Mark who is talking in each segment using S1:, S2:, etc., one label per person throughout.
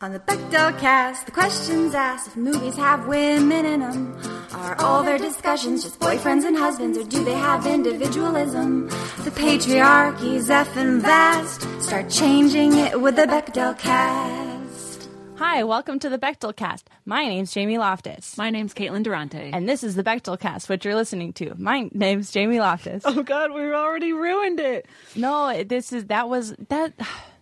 S1: On the Bechdel cast, the questions asked if movies have women in them. Are all their discussions just boyfriends and husbands, or do they have individualism? The patriarchy's effing vast. Start changing it with the Bechdel cast.
S2: Hi, welcome to the Bechtel Cast. My name's Jamie Loftus.
S3: My name's Caitlin Durante.
S2: and this is the Bechtel Cast, what you're listening to. My name's Jamie Loftus.
S3: oh God, we already ruined it.
S2: No, this is that was that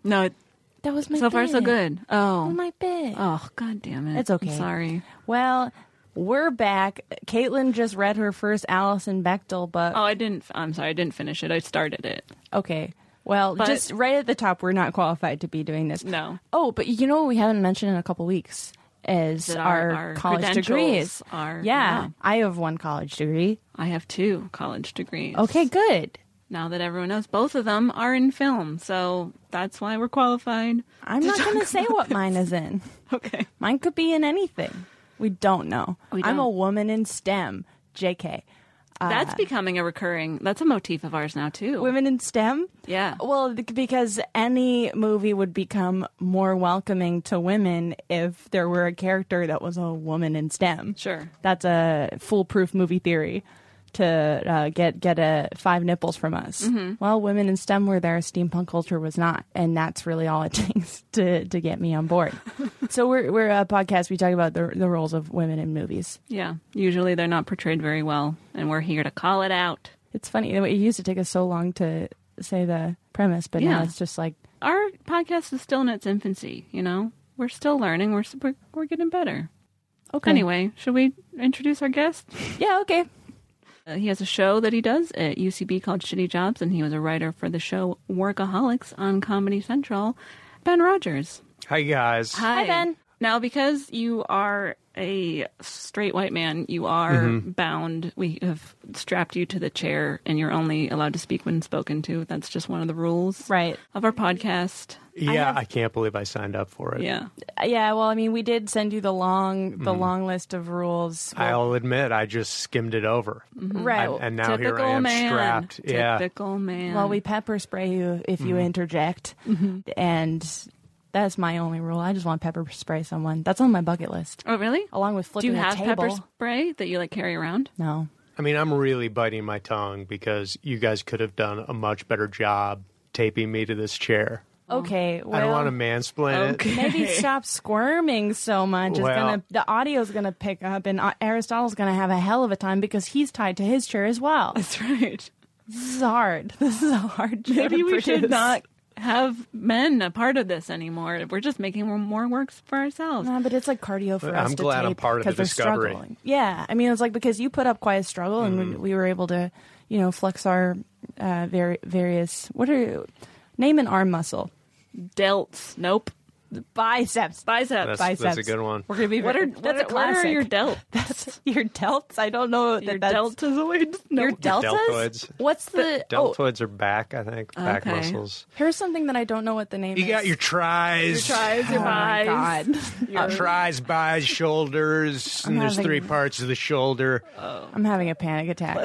S3: No, it,
S2: that was my
S3: so far so
S2: bit.
S3: good.
S2: Oh
S3: Oh,
S2: my bit.
S3: oh God damn it.
S2: It's okay.
S3: I'm sorry.
S2: Well, we're back. Caitlin just read her first Allison Bechtel book.
S3: Oh, I didn't. I'm sorry. I didn't finish it. I started it.
S2: Okay. Well,
S3: Oh. But-
S2: just right at the top, we're not qualified to be doing this.
S3: No.
S2: Oh, but you know what we haven't mentioned in a couple weeks is
S3: That
S2: our,
S3: our- our
S2: college
S3: credentials
S2: degrees.
S3: are-
S2: yeah,
S3: yeah.
S2: I have one college degree.
S3: I have two college degrees.
S2: Okay, good.
S3: Now that everyone knows, both of them are in film, so that's why we're qualified.
S2: I'm not going to say what mine is in.
S3: Okay.
S2: Mine could be in anything. We don't know.
S3: We
S2: I'm
S3: don't.
S2: a woman in STEM. JK.
S3: that's becoming a recurring. That's a motif of ours now too.
S2: Women in STEM?
S3: Yeah.
S2: Well, bec- because any movie would become more welcoming to women if there were a character that was a woman in STEM.
S3: Sure.
S2: That's a foolproof movie theory to uh, get get a five nipples from us.
S3: Mm-hmm.
S2: Well, women in STEM were there, steampunk culture was not, and that's really all it takes to to get me on board. so we're we're a podcast. We talk about the the roles of women in movies.
S3: Yeah. Usually they're not portrayed very well, and we're here to call it out.
S2: It's funny. It used to take us so long to say the premise, but now
S3: Yeah.
S2: it's just like
S3: Our podcast is still in its infancy. You know, we're still learning. We're s- we're, we're getting better.
S2: okay,
S3: Anyway, should we introduce our guest?
S2: yeah, okay.
S3: Uh, he has a show that he does at UCB called Shitty Jobs, and he was a writer for the show Workaholics on Comedy Central. Ben Rogers.
S4: Hey guys.
S2: Hi, Ben.
S3: Now, because you are a straight white man, you are
S4: Mm-hmm.
S3: bound. We have strapped you to the chair, and you're only allowed to speak when spoken to. That's just one of the rules
S2: Right.
S3: of our podcast.
S2: I
S4: Yeah,
S2: have-
S4: I, can't believe I signed up for it.
S3: Yeah.
S2: Uh, Yeah, well, I mean, we did send you the long the long list of rules.
S4: I'll admit, Mm-hmm. I just skimmed it over.
S2: right.
S4: And, and now
S3: Oh, Typical
S4: here I am
S3: man.
S4: strapped. Yeah.
S3: Typical man.
S2: well, we pepper spray you if
S3: Mm-hmm.
S2: you interject, and that's my only rule. I just want pepper spray someone. That's on my bucket list,
S3: Oh, really?
S2: along with
S3: Do
S2: flipping
S3: you have
S2: a table.
S3: pepper spray that you like carry around?
S2: no,
S4: I mean, I'm really biting my tongue because you guys could have done a much better job taping me to this chair.
S3: Oh.
S2: okay. Well,
S4: I don't want to mansplain it.
S2: maybe stop squirming so much. It's
S4: Well-
S2: gonna the audio's gonna pick up, and uh, Aristotle's gonna have a hell of a time because he's tied to his chair as well.
S3: That's right.
S2: This is hard. This is a hard. show
S3: Maybe
S2: to
S3: we should
S2: produce.
S3: not have men a part of this anymore. We're just making more, more works for ourselves.
S2: No, Uh, but it's like cardio for
S4: I'm
S2: us to
S4: glad I'm
S2: tape
S4: part of the
S2: because they're
S4: discovery.
S2: struggling. Yeah, I mean, it's like because you put up quite a struggle, and we, we were able to, you know, flex our uh, vari- various. What are name an arm muscle?
S3: Delts. Nope.
S2: biceps.
S5: Biceps.
S3: That's,
S2: biceps.
S3: that's a good one.
S2: We're gonna be.
S5: What are
S2: very-
S5: what,
S2: that's
S5: are,
S2: a
S5: what are
S2: classic.
S5: your delts?
S2: That's your delts. I don't know that
S5: your
S2: that's
S5: deltoids? No.
S2: your deltas.
S3: deltoids.
S2: What's the oh?
S3: Deltoids are back, I think. Back
S5: Okay.
S3: muscles.
S2: Here's something that I don't know what the name
S6: You
S2: is.
S6: got your tries,
S5: Tries, your
S2: Oh my
S5: biceps.
S2: god!
S6: tries, buys, shoulders,
S2: I'm
S6: and there's
S2: having-
S6: three parts of the shoulder.
S2: I'm having a panic attack.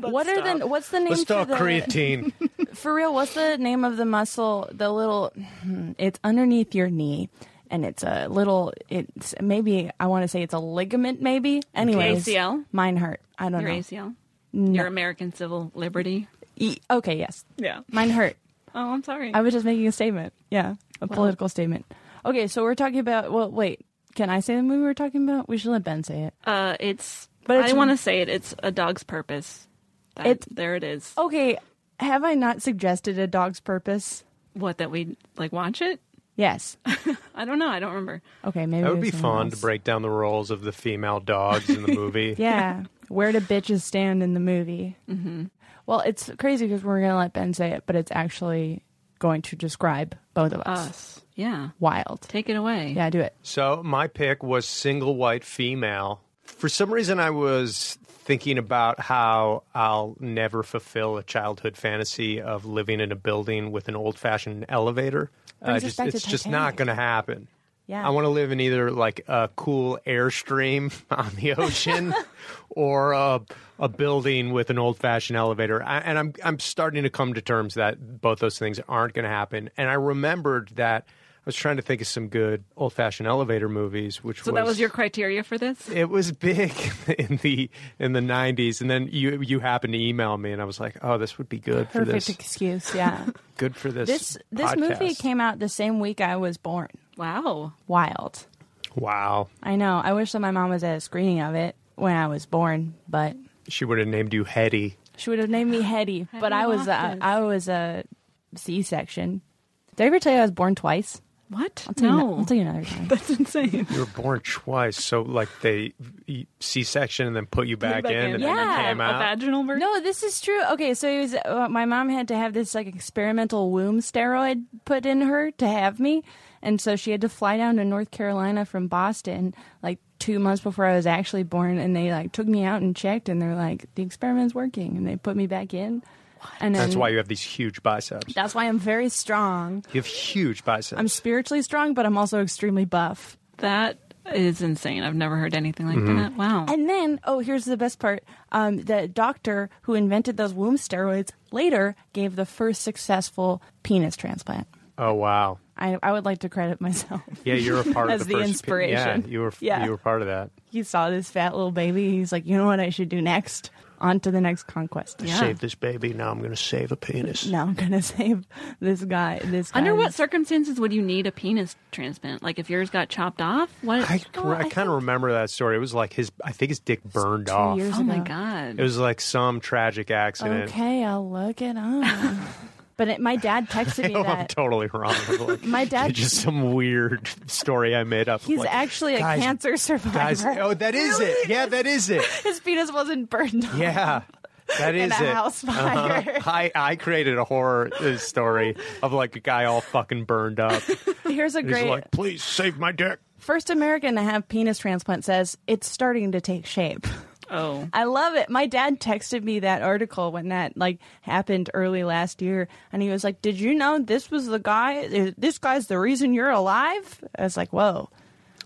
S2: what are the what's the name
S6: Let's
S2: for
S6: talk
S2: the
S6: creatine.
S2: for real? What's the name of the muscle? The little hmm, it's underneath your knee, and it's a little. It's maybe I want to say it's a ligament. Maybe anyways,
S5: ACL?
S2: Mine hurt. I don't
S5: Your
S2: know.
S5: ACL. Your American Civil Liberty.
S2: E- okay, yes,
S5: Yeah.
S2: mine hurt.
S5: Oh, I'm sorry.
S2: I was just making a statement. Yeah, a political statement. Okay, so we're talking about. Well, wait. Can I say the movie we're talking about? We should let Ben say it.
S5: uh, it's.
S2: But
S5: But
S2: it's-
S5: I want to say it. It's a dog's purpose. That,
S2: It's- Oh.
S5: there it is.
S2: Okay, have I not suggested a dog's purpose?
S5: What that we like watch it?
S2: Yes.
S5: I don't know. I don't remember.
S2: Okay, maybe
S3: That
S2: it
S3: would be
S2: was someone
S3: fun to
S2: else.
S3: break down the roles of the female dogs in the movie.
S2: Yeah, where do bitches stand in the movie? Mm-hmm. Well, it's crazy because we're gonna let Ben say it, but it's actually going to describe both of us.
S5: Us. Yeah.
S2: Wild.
S5: Take it away.
S2: Yeah, do it.
S3: So my pick was single white female. For some reason, I was thinking about how I'll never fulfill a childhood fantasy of living in a building with an old fashioned elevator.
S2: Brings us
S3: just,
S2: back to
S3: it's just not
S2: Titanic.
S3: going to happen.
S2: Yeah.
S3: I want to live in either like a cool airstream on the ocean or a, a building with an old fashioned elevator. I, and I'm, I'm starting to come to terms that both those things aren't going to happen. And I remembered that I was trying to think of some good old fashioned elevator movies, which
S5: So that was your criteria for this?
S3: it was big in the in the 90s and then you you happened to email me and I was like oh this would be good for
S2: Perfect
S3: this
S2: excuse. Yeah.
S3: good for this
S2: this this movie
S3: podcast.
S2: came out the same week I was born.
S5: Wow.
S2: Wild.
S3: wow
S2: I know. I wish that my mom was at a screening of it when I was born, but
S3: she would have named you Hetty
S2: she would have named me Hetty. But I was uh, I was a C section. Did I ever tell you I was born twice?
S5: What?
S2: I'll tell you no-
S5: No.
S2: I'll tell you another time.
S5: That's insane.
S3: you were born twice so like they C section and then put you back, in, and
S2: Yeah.
S3: then you came
S5: A
S3: out
S5: vaginal version?
S2: No, this is true. Okay, so it was uh, my mom had to have this like experimental womb steroid put in her to have me, and so she had to fly down to North Carolina from Boston like two months before I was actually born, and they like took me out and checked, and they're like, the experiment's working, and they put me back in. And
S3: that's
S2: then-
S3: why you have these huge biceps
S2: That's why I'm very strong.
S3: you have huge biceps
S2: I'm spiritually strong, but I'm also extremely buff.
S5: That is insane. I've never heard anything like
S3: Mm-hmm.
S5: that. Wow.
S2: And then, oh, here's the best part. Um, the doctor who invented those womb steroids later gave the first successful penis transplant.
S3: oh wow
S2: I, I would like to credit myself.
S3: yeah you're a part
S2: As
S3: of
S2: the
S3: the, first
S2: inspiration.
S3: yeah you were
S2: Yeah.
S3: you were part of that
S2: He saw this fat little baby. He's like, you know what I should do next? On to the next conquest.
S5: Yeah.
S3: save this baby now I'm gonna save a penis
S2: Now I'm gonna save this guy. This guy.
S5: Under what circumstances would you need a penis transplant? Like if yours got chopped off? What?
S3: I, I kind of remember that story. It was like his, I think his dick burned
S2: two
S3: off.
S2: years
S5: oh my
S2: ago.
S5: god.
S3: It was like some tragic accident.
S2: Okay, I'll look it up. but it, my dad texted me
S3: No, I'm
S2: that.
S3: totally wrong. I'm like,
S2: My dad-
S3: just some weird story I made up.
S2: He's
S3: Like,
S2: actually a
S3: guys-
S2: cancer survivor.
S3: Guys, oh, that is it. Yeah, that is it.
S2: His penis wasn't burned off.
S3: Yeah, that
S2: In
S3: is
S2: a
S3: it.
S2: house fire.
S3: Uh-huh. I I created a horror uh, story of like a guy all fucking burned up.
S2: Here's a
S3: He's
S2: great
S3: like, please save my dick.
S2: first American to have penis transplant says it's starting to take shape.
S5: oh.
S2: I love it. My dad texted me that article when that like happened early last year, and he was like, "Did you know this was the guy? This guy's the reason you're alive." I was like, "Whoa,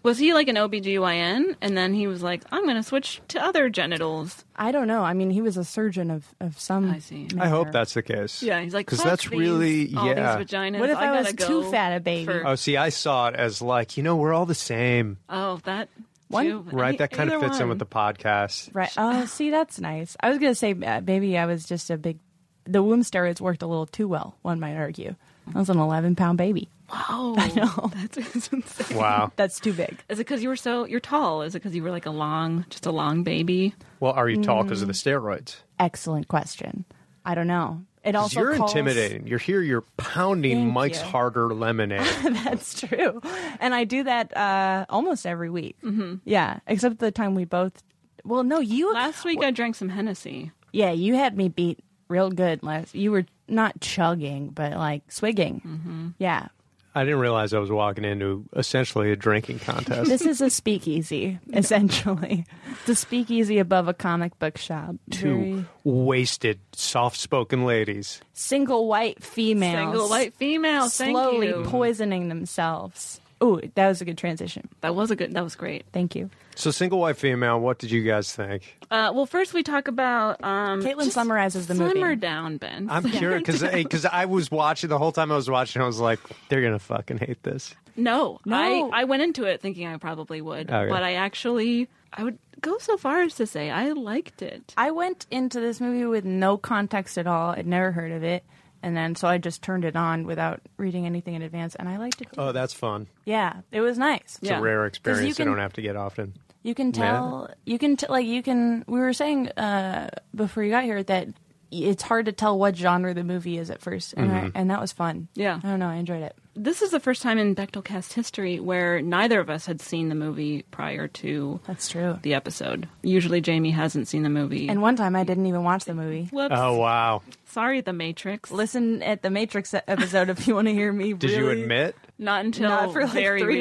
S5: Was he like an OBGYN and then he was like, I'm going to switch to other genitals?
S2: I don't know. I mean, he was a surgeon of of some.
S5: I see.
S3: I hope
S2: manner.
S3: that's the case.
S5: Yeah, he's like,
S3: because
S5: "Fuck
S3: that's
S5: these-
S3: really
S5: all
S3: yeah.
S5: These vaginas.
S2: What if I
S5: gotta
S2: was
S5: go
S2: too fat a baby?
S5: for-
S3: Oh, see, I saw it as like, you know, we're all the same,
S5: oh, that
S2: One-
S5: too.
S3: right?
S5: Any-
S3: That kind of
S5: either
S3: fits in
S5: one.
S3: with the podcast.
S2: Right. Oh, see, that's nice. I was gonna say uh, maybe I was just a big. The womb steroids worked a little too well. One might argue. I was an 11 pound baby.
S5: Wow, I know Oh, that's it's insane.
S3: Wow.
S2: That's too big.
S5: Is it because you were so you're tall? Is it because you were like a long, just a long baby?
S3: Well, are you tall because of the
S2: Mm-hmm.
S3: steroids?
S2: Excellent question. I don't know. It
S3: 'Cause
S2: also
S3: you're
S2: calls-
S3: intimidating. You're here. You're pounding
S2: Thank
S3: Mike's
S2: you.
S3: harder lemonade.
S2: That's true. And I do that uh, almost every week. Mm-hmm. Yeah, except the time we both. Well, no, you.
S5: Last week I drank some Hennessy.
S2: yeah, you had me beat
S3: Mm-hmm.
S2: real good last. You were not chugging, but like swigging. Yeah.
S7: I didn't realize I was walking into essentially a drinking contest.
S2: This is a speakeasy, essentially. It's a speakeasy above a comic book shop. Very-
S7: Two wasted, soft-spoken ladies.
S2: single white females.
S3: Single white female. Thank
S2: slowly
S3: you.
S2: poisoning themselves. Ooh, that was a good transition.
S3: that was a good. That was great.
S2: Thank you.
S7: So, single white female. What did you guys think?
S3: Uh, well, first we talk about um,
S2: Caitlin
S3: just
S2: summarizes the movie.
S3: Slimmer down, Ben.
S7: I'm curious because because I was watching the whole time I was watching. I was like, they're gonna fucking hate this.
S3: No,
S2: No.
S3: I, I went into it thinking I probably would,
S7: Okay.
S3: but I actually I would go so far as to say I liked it.
S2: I went into this movie with no context at all. I'd never heard of it. And then so I just turned it on without reading anything in advance and I liked it. too.
S7: Oh, that's fun.
S2: yeah, it was nice.
S7: It's a rare experience.
S2: can-
S7: I don't have to get often.
S2: You can tell. You can t- like you can. We were saying uh, before you got here that it's hard to tell what genre the movie is at first, and,
S7: Mm-hmm.
S2: I, and that was fun.
S3: Yeah.
S2: I don't know. I enjoyed it.
S3: This is the first time in Bechtelcast history where neither of us had seen the movie prior to
S2: That's true.
S3: the episode. Usually Jamie hasn't seen the movie.
S2: And one time I didn't even watch the movie.
S3: Whoops.
S7: Oh wow!
S3: Sorry, The Matrix.
S2: Listen at the Matrix e-, episode if you want to hear me.
S7: Did you admit?
S3: Not until
S2: Not for like
S3: very
S2: three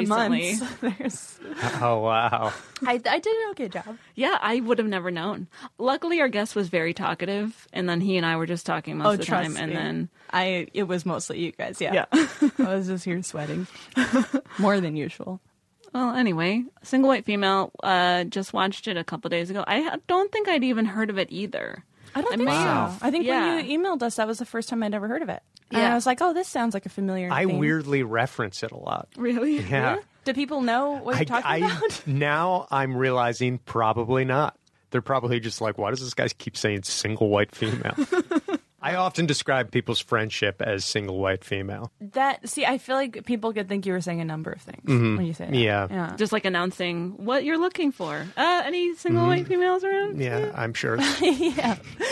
S3: recently.
S2: months. There's-
S7: Oh wow!
S2: I, I did an okay job.
S3: Yeah, I would have never known. Luckily, our guest was very talkative, and then he and I were just talking most
S2: Oh,
S3: of the
S2: trust
S3: time. And
S2: me.
S3: then
S2: I it was mostly you guys. Yeah, I was just here sweating more than usual.
S3: Well, anyway, single white female. Uh, just watched it a couple days ago. I ha- don't think I'd even heard of it either.
S2: I don't
S3: I
S2: think
S3: may
S2: so.
S3: have.
S2: I think
S3: Yeah.
S2: when you emailed us, that was the first time I'd ever heard of it. And
S3: Yeah.
S2: I was like, oh, this sounds like a familiar.
S7: I
S2: thing.
S7: weirdly reference it a lot.
S3: Really?
S7: Yeah.
S2: Do people know what you're
S7: I,
S2: talking
S7: I-
S2: about?
S7: now I'm realizing probably not. They're probably just like, why does this guy keep saying single white female? I often describe people's friendship as single white female.
S2: That see, I feel like people could think you were saying a number of things when you say
S7: Mm-hmm.
S2: that.
S7: Yeah.
S2: yeah.
S3: Just like announcing what you're looking for. Uh, any single white females around?
S7: Mm-hmm. Yeah, I'm sure it's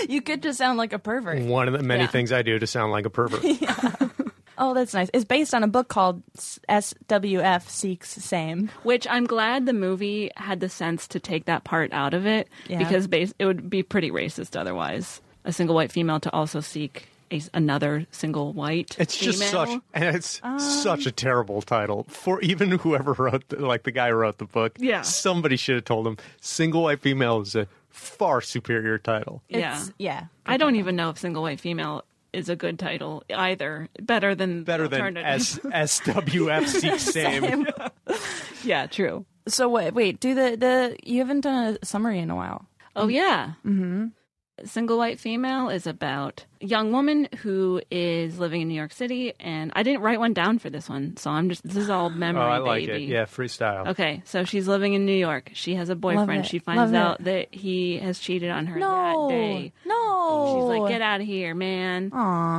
S2: You could just sound like a pervert.
S7: one of the many
S3: Yeah.
S7: things I do to sound like a pervert.
S2: Oh, that's nice. It's based on a book called S- SWF Seeks Same.
S3: Which I'm glad the movie had the sense to take that part out of it
S2: Yeah.
S3: because bas- it would be pretty racist otherwise. A single white female to also seek a, another single white.
S7: It's just
S3: female.
S7: such and it's such a
S2: Um,
S7: terrible title for even whoever wrote the, like the guy who wrote the book.
S3: Yeah.
S7: Somebody should have told him single white female is a far superior title.
S3: Yeah.
S2: It's, yeah.
S3: I don't even know if single white female is a good title either. Better than
S7: Better than
S3: alternative.
S7: S- SWF Seek Same.
S3: yeah, true.
S2: So what? Wait, do the the you haven't done a summary in a while.
S3: Oh yeah. Mm-hmm. Single white female is about a young woman who is living in New York City, and I didn't write one down for this one, so I'm just this is all
S7: Oh,
S3: memory.
S7: I like
S3: baby.
S7: it. Yeah, freestyle.
S3: Okay, so she's living in New York. She has a boyfriend.
S2: it.
S3: She finds
S2: Love it.
S3: out that he has cheated on her
S2: No,
S3: that day.
S2: no.
S3: She's like, get out of here, man.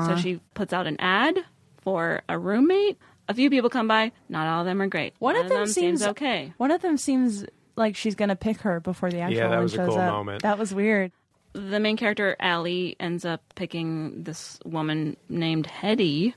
S3: So she puts out an ad for a roommate. A few people come by. Not all of them are great.
S2: One of them,
S3: seems okay.
S2: One of them seems like she's gonna pick her before the actual
S7: that
S2: one
S7: was a
S2: shows
S7: cool
S2: up.
S7: moment.
S2: That was weird.
S3: the main character Allie ends up picking this woman named Hetty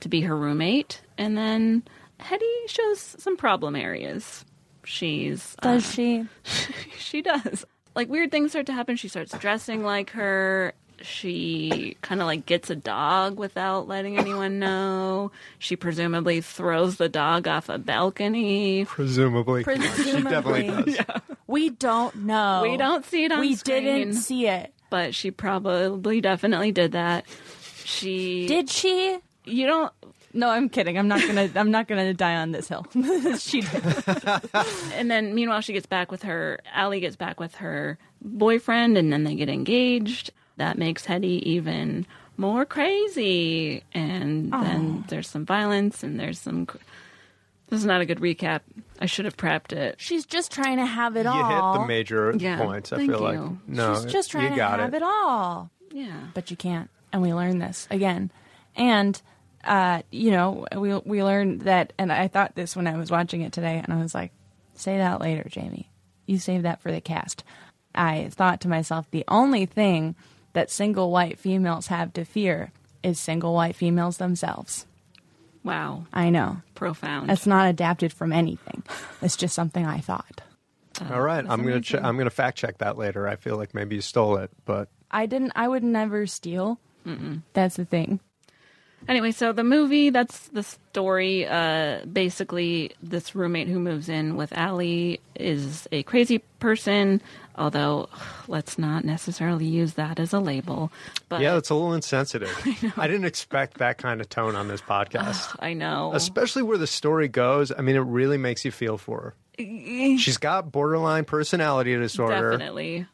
S3: to be her roommate, and then Hetty shows some problem areas. She's uh,
S2: Does she?
S3: she does like weird things start to happen. She starts dressing like her. She kind of like gets a dog without letting anyone know. She presumably throws the dog off a balcony.
S7: Presumably.
S2: Presumably.
S7: She definitely does.
S2: We don't know.
S3: We don't see it on
S2: We
S3: screen.
S2: didn't see it.
S3: but she probably definitely did that. She
S2: Did she?
S3: you don't
S2: No, I'm kidding. I'm not gonna. I'm not gonna die on this hill. she did.
S3: and then meanwhile she gets back with her Allie gets back with her boyfriend and then they get engaged. That makes Hetty even more crazy and then there's some violence and there's some cr- This is not a good recap. I should have prepped it.
S2: She's just trying to have it
S7: You
S2: all.
S7: hit the major
S3: Yeah,
S7: points, I
S3: thank
S7: feel like.
S3: you.
S7: No,
S2: She's just trying
S7: you
S2: to
S7: got
S2: have
S7: it.
S2: it all.
S3: Yeah.
S2: but you can't. And we learned this again. And uh, you know, we we learned that. And I thought this when I was watching it today, and I was like, "Say that later, Jamie. You save that for the cast." I thought to myself, the only thing that single white females have to fear is single white females themselves.
S3: Wow.
S2: I know
S3: Profound.
S2: that's not adapted from anything. It's just something I thought.
S7: All right, I'm gonna che- I'm gonna fact check that later. I feel like maybe you stole it, but
S2: I didn't. I would never steal. That's the thing.
S3: Anyway, so the movie, that's the story. Uh, basically, this roommate who moves in with Allie is a crazy person, although let's not necessarily use that as a label. But
S8: Yeah, it's a little insensitive. I, didn't expect that kind of tone on this podcast,
S3: I know.
S8: especially where the story goes. I mean, it really makes you feel for
S3: E-,
S8: her. She's got borderline personality disorder.
S3: Definitely.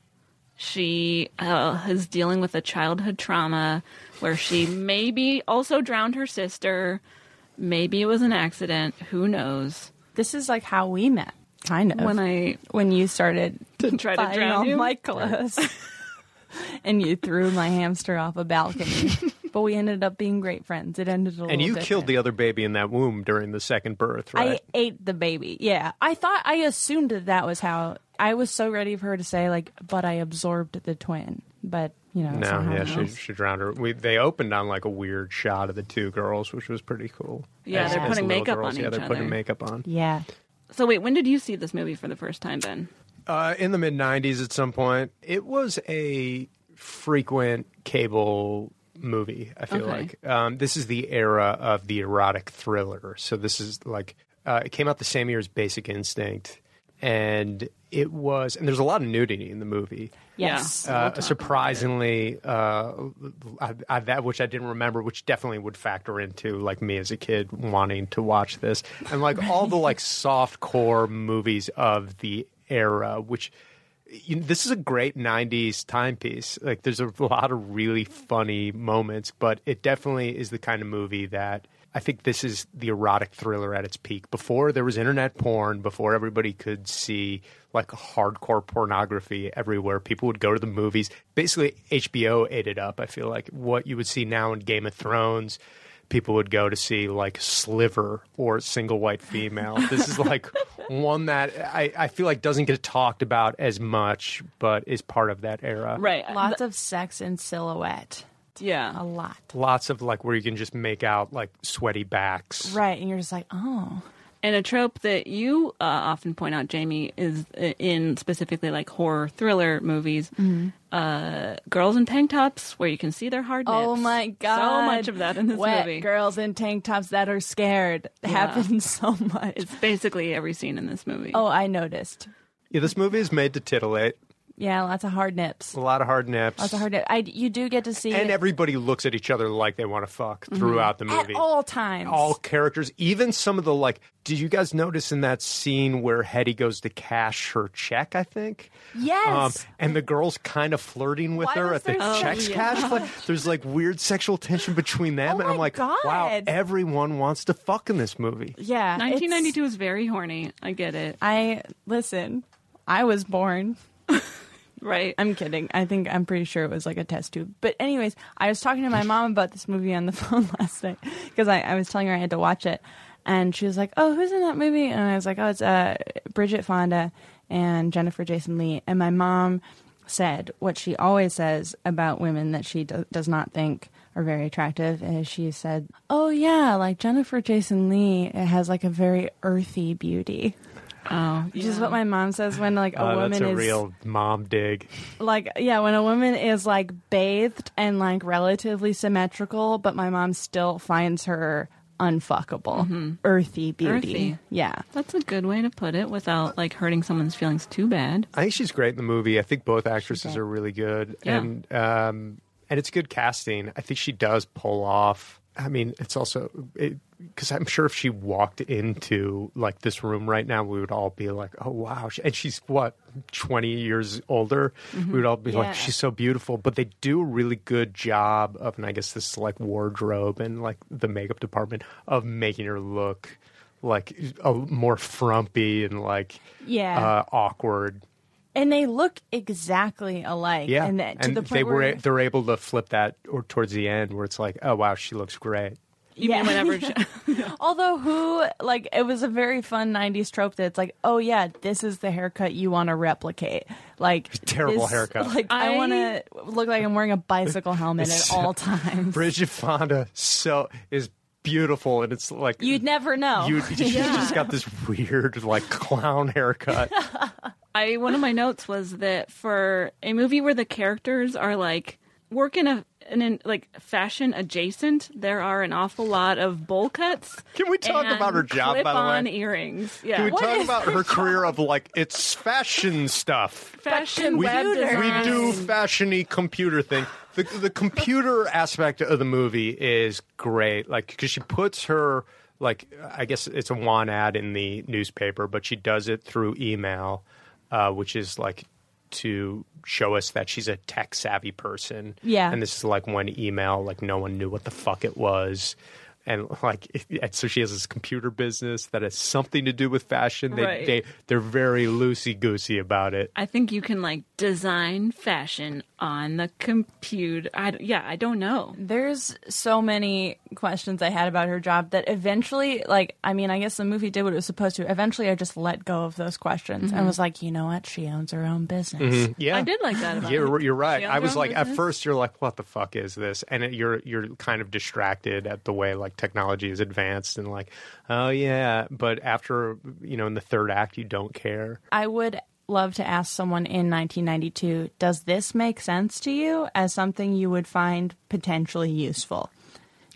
S3: She uh, is dealing with a childhood trauma where she maybe also drowned her sister. Maybe it was an accident. Who knows?
S2: This is like how we met, kind of.
S3: When I
S2: when you started to
S3: try to drown
S2: all
S3: you?
S2: my clothes, and you threw my hamster off a balcony. but we ended up being great friends. It ended a little.
S8: And you killed the
S2: different.
S8: other baby in that womb during the second birth,
S2: I
S8: right?
S2: ate the baby. Yeah, I thought I assumed that that was how. I was so ready for her to say like, "But I absorbed the twin." But you know,
S8: no,
S2: somehow
S8: yeah, she,
S2: else.
S8: she drowned her. We, they opened on like a weird shot of the two girls, which was pretty cool.
S3: Yeah,
S8: As-
S3: they're
S8: as
S3: putting
S8: little
S3: makeup on
S8: Yeah,
S3: each
S8: they're putting
S3: other.
S8: makeup on.
S2: yeah.
S3: so wait, when did you see this movie for the first time, Ben?
S8: uh, in the mid 90s at some point. It was a frequent cable movie, I feel
S3: Okay.
S8: like. Um, this is the era of the erotic thriller. So this is like, uh, it came out the same year as Basic Instinct. And it was, and there's a lot of nudity in the movie.
S2: Yes.
S8: Uh, surprisingly, uh, I, I, that which I didn't remember, which definitely would factor into like me as a kid wanting to watch this, and like all the like soft core movies of the era, which you know, this is a great '90s timepiece. Like, there's a lot of really funny moments, but it definitely is the kind of movie that. I think this is the erotic thriller at its peak. Before there was internet porn, before everybody could see like hardcore pornography everywhere, people would go to the movies. Basically, HBO ate it up. I feel like what you would see now in Game of Thrones, people would go to see like Sliver or Single White Female. This is like one that I, I feel like doesn't get talked about as much, but is part of that era.
S3: Right.
S2: Lots of sex and silhouette. A
S3: yeah.
S2: lot.
S8: Lots of like where you can just make out like sweaty backs.
S2: Right, and you're just like, oh,
S3: And a trope that you uh, often point out, Jamie, is uh, in specifically like horror thriller movies,
S2: Mm-hmm.
S3: uh, girls in tank tops where you can see their hard nips.
S2: oh my god!
S3: So much of that in this
S2: Wet
S3: movie.
S2: Girls in tank tops that are scared happens so much.
S3: It's basically every scene in this movie.
S2: oh, I noticed.
S8: Yeah, this movie is made to titillate.
S2: Yeah, lots of hard nips.
S8: A lot of hard nips.
S2: Lots of hard nips. I, you do get to see
S8: and everybody looks at each other like they want to fuck throughout the
S2: Mm-hmm. at
S8: movie.
S2: all times.
S8: all characters, even some of the like. Did you guys notice in that scene where Hetty goes to cash her check? I think. Um,
S2: Yes.
S8: and the girl's kind of flirting with
S2: Why
S8: her
S2: was
S8: at the
S2: there such-
S8: checks
S2: Oh, yeah.
S8: cash. play. There's like weird sexual tension between them,
S2: Oh
S8: and I'm
S2: my
S8: like, wow,
S2: God.
S8: everyone wants to fuck in this movie.
S2: yeah, it's-
S3: 1992 is very horny. I get it.
S2: I listen. I was born.
S3: Right.
S2: I'm kidding. I think I'm pretty sure it was like a test tube. But anyways, I was talking to my mom about this movie on the phone last night because I, I was telling her I had to watch it, and she was like, "Oh, who's in that movie?" And I was like, "Oh, it's uh, Bridget Fonda and Jennifer Jason Lee." And my mom said what she always says about women that she do- does not think are very attractive is she said, "Oh yeah, like Jennifer Jason Lee has like a very earthy beauty."
S3: oh,
S2: Which is what my mom says when like a
S8: Uh,
S2: woman
S8: that's a
S2: is
S8: real mom dig.
S2: like yeah when a woman is like bathed and like relatively symmetrical but my mom still finds her unfuckable Mm-hmm. earthy beauty
S3: Earthy.
S2: yeah
S3: That's a good way to put it without like hurting someone's feelings too bad.
S8: I think she's great in the movie. I think both actresses are really good,
S3: Yeah.
S8: and um, and it's good casting. I think she does pull off. I mean, it's also because I'm sure if she walked into like this room right now, we would all be like, "Oh wow!" She- And she's what 20 years older. We would all be
S2: Mm-hmm. Yeah.
S8: like, "She's so beautiful." But they do a really good job of, and I guess this is like wardrobe and like the makeup department of making her look like a, more frumpy and like
S2: Yeah.
S8: uh, awkward.
S2: and they look exactly alike
S8: Yeah,
S2: and that, to the point
S8: they were
S2: where
S8: they're able to flip that or towards the end where it's like, oh wow, she looks great.
S3: Even
S2: Yeah.
S3: whenever she-
S2: although who like it was a very fun 90s trope that's like oh yeah this is the haircut you want to replicate like
S8: Terrible
S2: this-
S8: haircut.
S2: like i,
S3: I-
S2: want to look like i'm wearing a bicycle helmet at all times
S8: Bridget Fonda so is beautiful, and it's like
S2: you'd never know
S8: You, she's just got this weird like clown haircut.
S3: I one of my notes was that for a movie where the characters are like working a and in like fashion adjacent, there are an awful lot of bowl cuts.
S8: Can we talk
S3: and
S8: about her job, by the
S3: clip-on
S8: way?
S3: earrings. Yeah.
S8: Can we
S3: What
S8: talk
S3: is
S8: about her career of like it's fashion stuff?
S3: fashion
S8: We,
S3: web
S8: we
S3: design?
S8: do fashiony computer thing. The the computer aspect of the movie is great, like because she puts her like I guess it's a want ad in the newspaper, but she does it through email, uh, which is like to show us that she's a tech savvy person.
S9: Yeah.
S8: and this is like one email, like no one knew what the fuck it was. And like, and so she has this computer business that has something to do with fashion. They,
S3: Right.
S8: they they're very loosey goosey about it.
S3: I think you can like design fashion on the computer. I, d- yeah, I don't know.
S2: There's so many questions I had about her job that eventually, like, I mean, I guess the movie did what it was supposed to. Eventually, I just let go of those questions
S8: Mm-hmm.
S2: and was like, you know what? She owns her own business.
S8: Yeah,
S3: I did like that about
S8: You're,
S3: it.
S8: you're right.
S3: She
S8: I
S3: owns
S8: was
S3: her own
S8: like, at
S3: business.
S8: first, you're like, "What the fuck is this?" And it, you're you're kind of distracted at the way like technology is advanced, and like, oh yeah. But after you know, in the third act, you don't care.
S2: I would love to ask someone in 1992 does this make sense to you as something you would find potentially useful?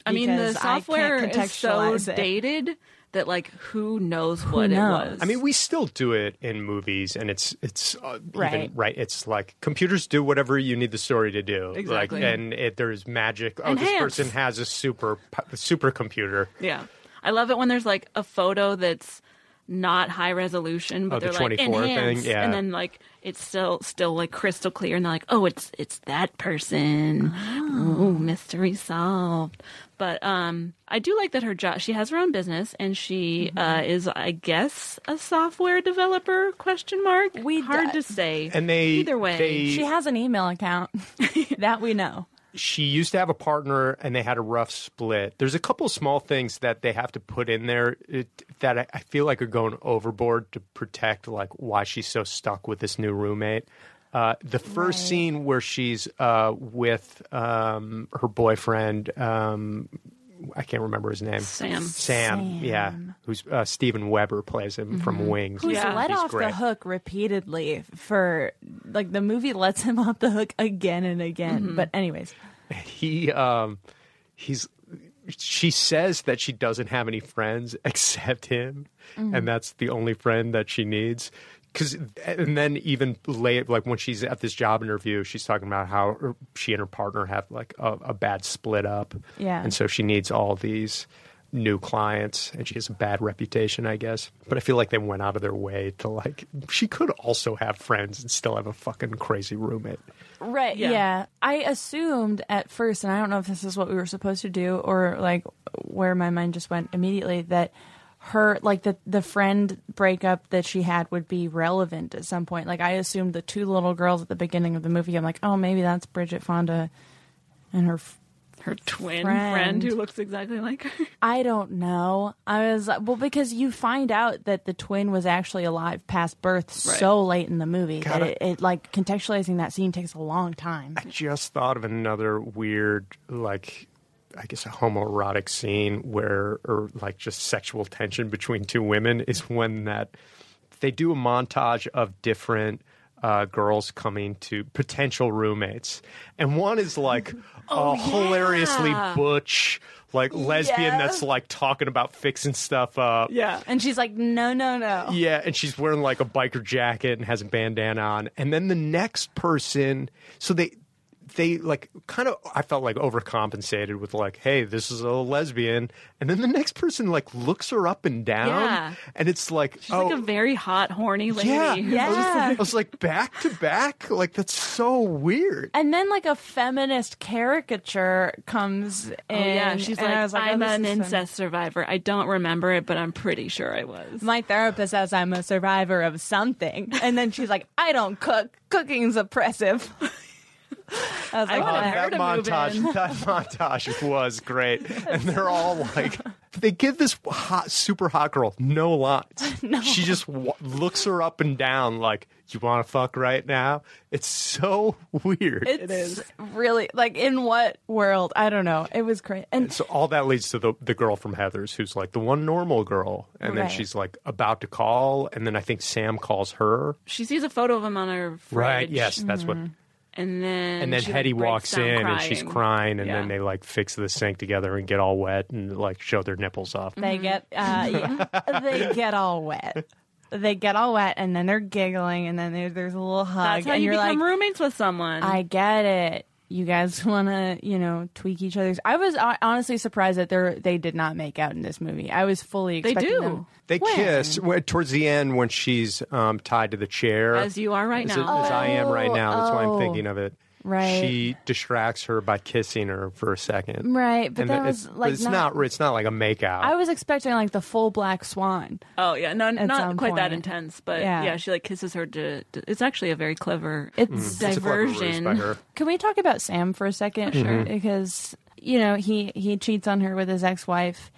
S3: I mean, the
S2: Because I can't
S3: software is so
S2: contextualize it.
S3: dated that like who knows what
S2: knows?
S3: it was.
S8: I mean, we still do it in movies, and it's it's uh,
S2: Right.
S8: even right. It's like computers do whatever you need the story to do. Like,
S3: Exactly.
S8: and it, there's magic. Oh, this
S3: Enhance.
S8: person has a super super computer.
S3: yeah, I love it when there's like a photo that's not high resolution, but
S8: Oh, the
S3: they're like
S8: 24 thing?
S3: enhanced,
S8: Yeah.
S3: and then like it's still still like crystal clear, and they're like, oh, it's it's that person. Oh, mystery solved. But um, I do like that her job. She has her own business, and she uh, is, I guess, a software developer? Question mark.
S2: We
S3: hard
S2: d-
S3: to say.
S8: And they
S3: either way.
S8: they-
S2: She has an email account that we know.
S8: she used to have a partner and they had a rough split. There's a couple small things that they have to put in there it, that I, I feel like are going overboard to protect like why she's so stuck with this new roommate. Uh, the first scene where she's uh, with um, her boyfriend, um, I can't remember his name.
S3: Sam.
S8: Sam, yeah, who's uh, Steven Weber plays him from Wings.
S2: Who's
S3: Mm-hmm. Yeah.
S2: let
S8: He's
S2: off
S8: great.
S2: the hook repeatedly for like the movie lets him off the hook again and again.
S8: Mm-hmm.
S2: But anyways,
S8: he um he's she says that she doesn't have any friends except him and that's the only friend that she needs cuz and then even late like when she's at this job interview she's talking about how her, she and her partner have like a, a bad split up
S2: Yeah.
S8: and so she needs all these new clients and she has a bad reputation i guess but i feel like they went out of their way to like she could also have friends and still have a fucking crazy roommate
S2: right? Yeah. I assumed at first, and I don't know if this is what we were supposed to do or like where my mind just went immediately that her like the the friend breakup that she had would be relevant at some point. Like I assumed the two little girls at the beginning of the movie. I'm like, oh, maybe that's Bridget Fonda and her f-
S3: her twin
S2: Friend.
S3: friend. who looks exactly like her.
S2: I don't know. I was like, well because you find out that the twin was actually alive past birth so late in the movie that it, it like contextualizing that scene takes a long time.
S8: just thought of another weird, like, I guess a homoerotic scene where, or like just sexual tension between two women is when that they do a montage of different uh, girls coming to potential roommates. And one is like a hilariously butch, like lesbian that's like talking about fixing stuff up.
S3: Yeah.
S2: And she's like, no, no, no.
S8: Yeah, and she's wearing like a biker jacket and has a bandana on. And then the next person, so they they like kind of I felt like overcompensated with like, hey, this is a lesbian. And then the next person like looks her up and down
S3: Yeah.
S8: and it's like
S3: She's
S8: oh,
S3: like a very hot, horny lady.
S8: yeah.
S3: who's
S8: I was- I
S2: Yeah.
S8: was, like back to back, like that's so weird.
S2: And then like a feminist caricature comes in.
S3: Oh, yeah, she's
S2: and
S3: like,
S2: I was like oh,
S3: I'm
S2: this
S3: an
S2: is fun."
S3: incest survivor. I don't remember it, but I'm pretty sure I was.
S2: My therapist says I'm a survivor of something. And then she's like, I don't cook. Cooking's oppressive. I was
S3: I
S2: like,
S3: wanna
S2: "Whatever."
S3: her
S8: Um, that
S3: to move
S8: montage
S3: in.
S8: that montage was great and they're all like they give this hot super hot girl no lines she just w- looks her up and down like you want to fuck right now it's so weird
S2: It's really like in what world? I don't know. It was crazy. And
S8: so all that leads to the, the girl from heathers who's like the one normal girl and then
S2: Right.
S8: she's like about to call and then i think sam calls her
S3: She sees a photo of him on her fridge.
S8: yes that's what
S3: Mm-hmm. And then
S8: and then
S3: she, like,
S8: Hetty
S3: breaks
S8: walks in
S3: down
S8: and she's crying, and then
S3: Yeah.
S8: they like fix the sink together and get all wet and like show their nipples off.
S3: Mm-hmm.
S2: They get uh, yeah, they get all wet. They get all wet, and then they're giggling, and then there, there's a little hug,
S3: That's how
S2: and
S3: you
S2: are like,
S3: become roommates with someone.
S2: I get it. You guys want to, you know, tweak each other's. I was uh, honestly surprised that they they did not make out in this movie. I was fully
S3: They
S2: expecting
S3: do.
S2: them-
S8: They
S2: When?
S8: kiss well, towards the end when she's um, tied to the chair,
S3: As you are right
S8: as,
S3: now.
S8: As I am right now. That's why
S2: Oh,
S8: I'm thinking of it.
S2: right.
S8: She distracts her by kissing her for a second.
S2: Right, but
S8: And
S2: that
S8: it's,
S2: was
S8: but
S2: like
S8: it's not, It's not like a makeout.
S2: I was expecting like the full Black Swan.
S3: oh yeah, no,
S2: At
S3: not
S2: some
S3: quite that
S2: point.
S3: intense, but
S2: Yeah.
S3: yeah. she like kisses her. To, to- it's actually a very clever
S2: It's
S8: Hmm. It's a clever ruse
S3: diversion.
S8: by her.
S2: Can we talk about Sam for a second? Sure. Because you know he he cheats on her with his ex wife,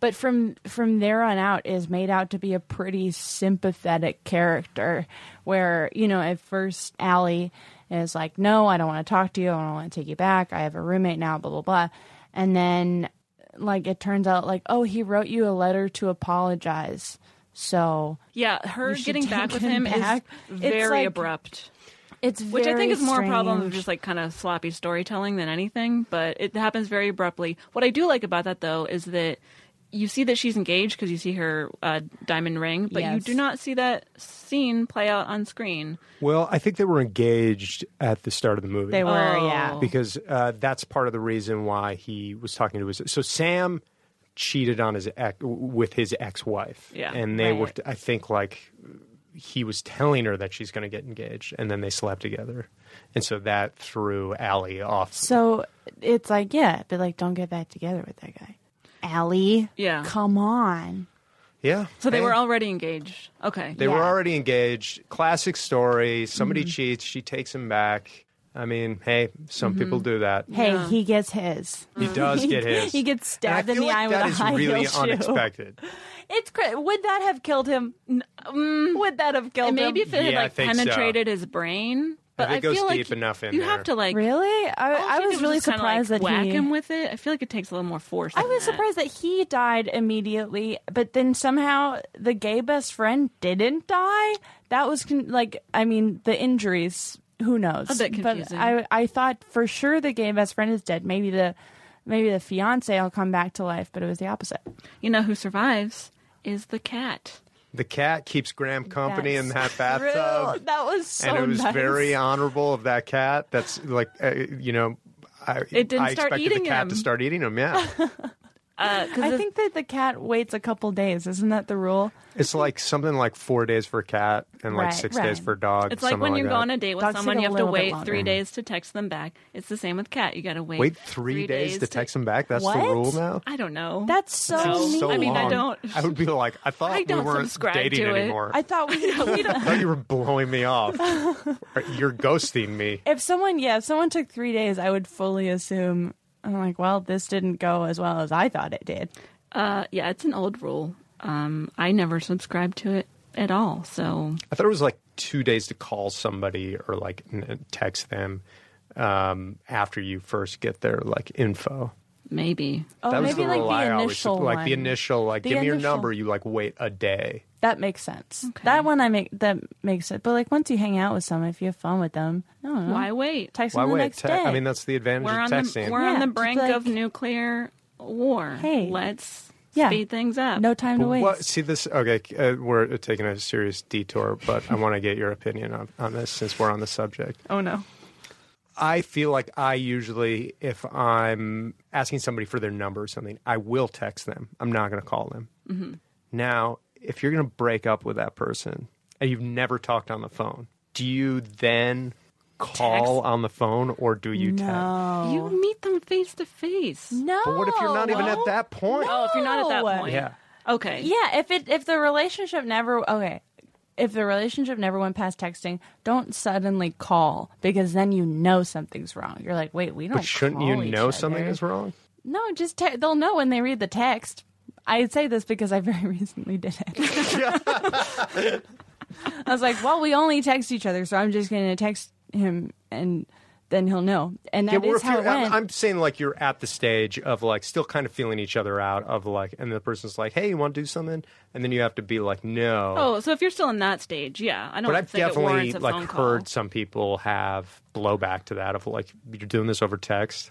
S2: but from from there on out is made out to be a pretty sympathetic character. Where you know at first Allie is like, no, I don't want to talk to you. I don't want to take you back. I have a roommate now. Blah blah blah. And then like it turns out like oh he wrote you a letter to apologize. So
S3: Yeah, her
S2: You should
S3: getting back
S2: take
S3: with
S2: him
S3: him
S2: back.
S3: is
S2: It's
S3: very
S2: like-
S3: abrupt,
S2: it's
S3: which I
S2: very
S3: think is more a problem of
S2: strange.
S3: just like kind of sloppy storytelling than anything. But it happens very abruptly. What I do like about that though is that you see that she's engaged because you see her uh, diamond ring, but you
S2: Yes.
S3: do not see that scene play out on screen.
S8: Well, I think they were engaged at the start of the movie.
S2: they were
S3: Oh.
S2: yeah
S8: because uh, that's part of the reason why he was talking to his. So Sam cheated on his ex, with his ex-wife,
S3: Yeah.
S8: and they were.
S2: Right.
S8: I think like he was telling her that she's going to get engaged, and then they slept together, and so that threw Allie off.
S2: So it's like, yeah, but like, don't get back together with that guy. Allie.
S3: Yeah.
S2: Come on.
S8: yeah,
S3: So they
S8: Hey.
S3: were already engaged. Okay.
S8: They
S2: Yeah. Mm-hmm.
S8: were already engaged. Classic story. Somebody cheats. She takes him back. I mean, hey, some people do that.
S2: Mm-hmm. Hey, he gets his.
S8: He does get his.
S2: He gets
S8: And I
S2: stabbed in
S8: feel
S2: the
S8: like
S2: eye with
S8: that
S2: a
S8: is
S2: high
S8: really
S2: heel shoe.
S8: unexpected.
S2: It's cra- would that have killed him? N- mm, would that have killed
S3: And maybe
S2: him?
S3: if it had
S8: Yeah, I
S3: like
S8: think so.
S3: penetrated his brain, but
S8: think
S3: I
S8: it goes
S3: feel like
S8: deep enough in
S3: you
S8: there.
S3: have to like.
S2: Really? I, I,
S3: think it
S2: was really
S3: just kinda,
S2: surprised
S3: like,
S2: that
S3: whack
S2: he.
S3: him with it. I feel like it takes a little more force.
S2: I
S3: than
S2: was
S3: that.
S2: surprised that he died immediately, but then somehow the gay best friend didn't die. That was con- like, I mean, the injuries. Who knows?
S3: A bit
S2: But
S3: confusing.
S2: I, I thought for sure the gay best friend is dead. Maybe the, maybe the fiance will come back to life, but it was the opposite.
S3: You know who survives is the cat.
S8: The cat keeps Graham company in that
S2: That's
S8: bathtub.
S2: real. That was so
S8: and it was
S2: nice.
S8: very um, honorable of that cat. That's like, uh, you know, I,
S3: It didn't
S8: I
S3: start
S8: expected
S3: eating
S8: the cat to
S3: him.
S8: start eating him. Yeah,
S3: Uh, 'cause
S2: I
S3: the-
S2: think that the cat waits a couple days. Isn't that the rule?
S8: it's like something like four days for a cat and like
S2: Right,
S8: six
S2: right.
S8: days for a dog.
S3: it's like
S8: something
S3: when you go
S8: that.
S3: on a date with
S2: Dogs
S3: someone,
S2: take
S3: you
S2: a
S3: have to
S2: little bit
S3: wait
S2: longer.
S3: three days to text them back. It's the same with cat. You got to wait.
S8: Wait three, days, to text him back. That's
S2: What?
S8: the rule now.
S3: I don't know.
S2: That's so
S3: No.
S2: neat.
S8: So
S3: I mean, I
S8: long.
S3: don't-
S8: I would be like, I thought
S3: I
S8: we
S3: don't
S8: weren't
S3: subscribe
S8: dating
S3: to it.
S8: anymore.
S2: I thought we, we don't,
S8: I thought you were blowing me off. You're ghosting me.
S2: if someone yeah if someone took three days i would fully assume i'm like well this didn't go as well as i thought it did
S3: Uh, yeah, it's an old rule. Um, I never subscribed to it at all. So
S8: I thought it was like two days to call somebody or like n- text them um, after you first get their like info.
S3: maybe.
S2: oh
S8: that was
S2: maybe
S8: the
S2: like
S8: rule
S2: the
S8: I always
S2: initial one.
S8: like the initial like
S2: The
S8: give me your
S2: initial-
S8: number. You like wait a day.
S2: that makes sense that one i make that makes it but like once you hang out with someone if you have fun with them I don't know.
S3: Why wait?
S2: Oh. text
S8: Why
S2: them the
S8: wait?
S2: next
S8: Te-
S2: day
S8: I mean, that's the advantage
S3: We're
S8: of
S3: on
S8: texting.
S3: the we're on
S2: Yeah,
S3: the
S2: just
S3: brink of
S2: like-
S3: nuclear war.
S2: Hey.
S3: let's
S2: Yeah.
S3: speed things up.
S2: no time to
S8: But
S2: waste
S8: what- see this? Okay, uh, we're taking a serious detour, but I want to get your opinion on, on this since we're on the subject.
S3: Oh no.
S8: I feel like I usually, if I'm asking somebody for their number or something, I will text them. I'm not going to call them.
S9: Mm-hmm.
S8: Now, if you're going to break up with that person and you've never talked on the phone, do you then call on the phone or do you text?
S3: You meet them face to face.
S2: Oh. no
S8: But what if you're not even at that point?
S3: Oh, if you're not at that
S2: No.
S3: point.
S8: Yeah.
S3: Okay.
S2: yeah if it if the relationship never okay if the relationship never went past texting don't suddenly call because then you know something's wrong you're like wait we don't
S8: But shouldn't
S2: call
S8: you
S2: each
S8: know something
S2: other.
S8: is wrong?
S2: No, just te- they'll know when they read the text. I say this because I very recently did it. I was like, well, we only text each other, so I'm just going to text him and
S9: then he'll know. And
S8: Yeah,
S9: that is
S8: well, if
S9: how
S8: you're,
S9: it went.
S8: I'm, I'm saying like you're at the stage of like still kind of feeling each other out of like, and the person's like, "Hey, you want to do something?" And then you have to be like, "No."
S3: Oh, so if you're still in that stage, yeah, I don't
S8: but I've
S3: think it
S8: definitely
S3: warrants a
S8: like
S3: phone
S8: heard
S3: call.
S8: some people have blowback to that of like, "You're doing this over text."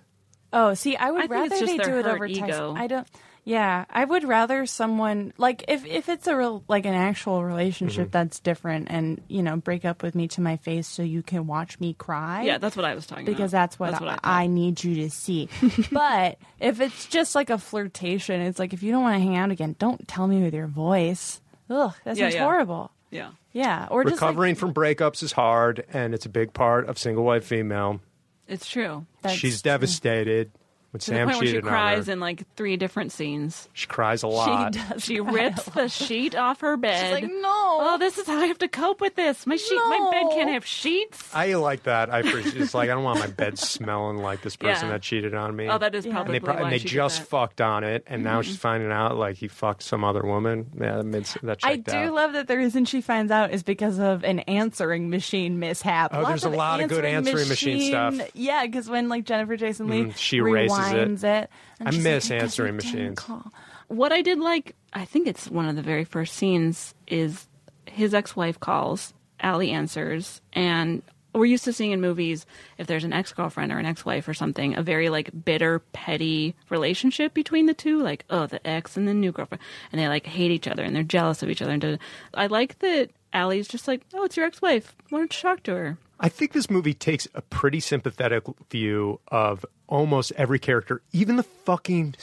S2: Oh, see, I
S3: I
S2: would
S3: think it's
S2: rather
S3: just
S2: they
S3: their
S2: do it
S3: hurt
S2: over text.
S3: ego.
S2: I don't. Yeah, I would rather someone like if if it's a real like an actual relationship
S8: Mm-hmm.
S2: that's different, and you know, break up with me to my face so you can watch me cry.
S3: Yeah, that's what I was talking about
S2: because that's what,
S3: I, thought.
S2: I, I need you to see. but if it's just like a flirtation, it's like if you don't want to hang out again, don't tell me with your voice. Ugh, that
S3: Yeah,
S2: sounds
S3: yeah.
S2: horrible.
S3: yeah.
S2: Yeah, or just like,
S8: Recovering from breakups is hard, and it's a big part of single white female.
S3: It's true.
S2: that's-
S8: She's devastated. When
S3: To
S8: Sam
S3: the point where she
S8: cheated
S3: cries
S8: on her,
S3: in like three different scenes.
S8: she cries a lot.
S3: She rips the sheet off her bed.
S2: like, "No."
S3: Oh, this is how I have to cope with this. My sheet, my bed can't have sheets.
S8: I like that. I appreciate. It's like I don't want my bed smelling like this person
S3: Yeah.
S8: that cheated on me.
S3: Oh, that is
S8: And
S3: probably
S8: they, pro-
S3: why
S8: and they
S3: she did
S8: just
S3: that. Mm-hmm.
S8: fucked on it, and now she's finding out like he fucked some other woman. Yeah, that made s- that
S2: I
S8: checked
S2: do
S8: out.
S2: love that the reason she finds out is because of an answering machine mishap.
S8: Oh, there's a lot of good answering machine stuff.
S2: Yeah, because when like Jennifer Jason Lee
S8: Mm, she erases it.
S2: rewinds it, and
S8: I
S2: she's
S8: miss
S2: like, "Because
S8: answering
S2: we didn't
S8: machines.
S2: call."
S3: What I did like, I think it's one of the very first scenes, is his ex wife calls, Allie answers, and we're used to seeing in movies if there's an ex girlfriend or an ex wife or something, a very like bitter, petty relationship between the two, like, oh, the ex and the new girlfriend. And they like hate each other and they're jealous of each other. And da- I like that Allie's just like, oh, it's your ex wife. Why don't you talk to her?
S8: I think this movie takes a pretty sympathetic view of almost every character. Even the fucking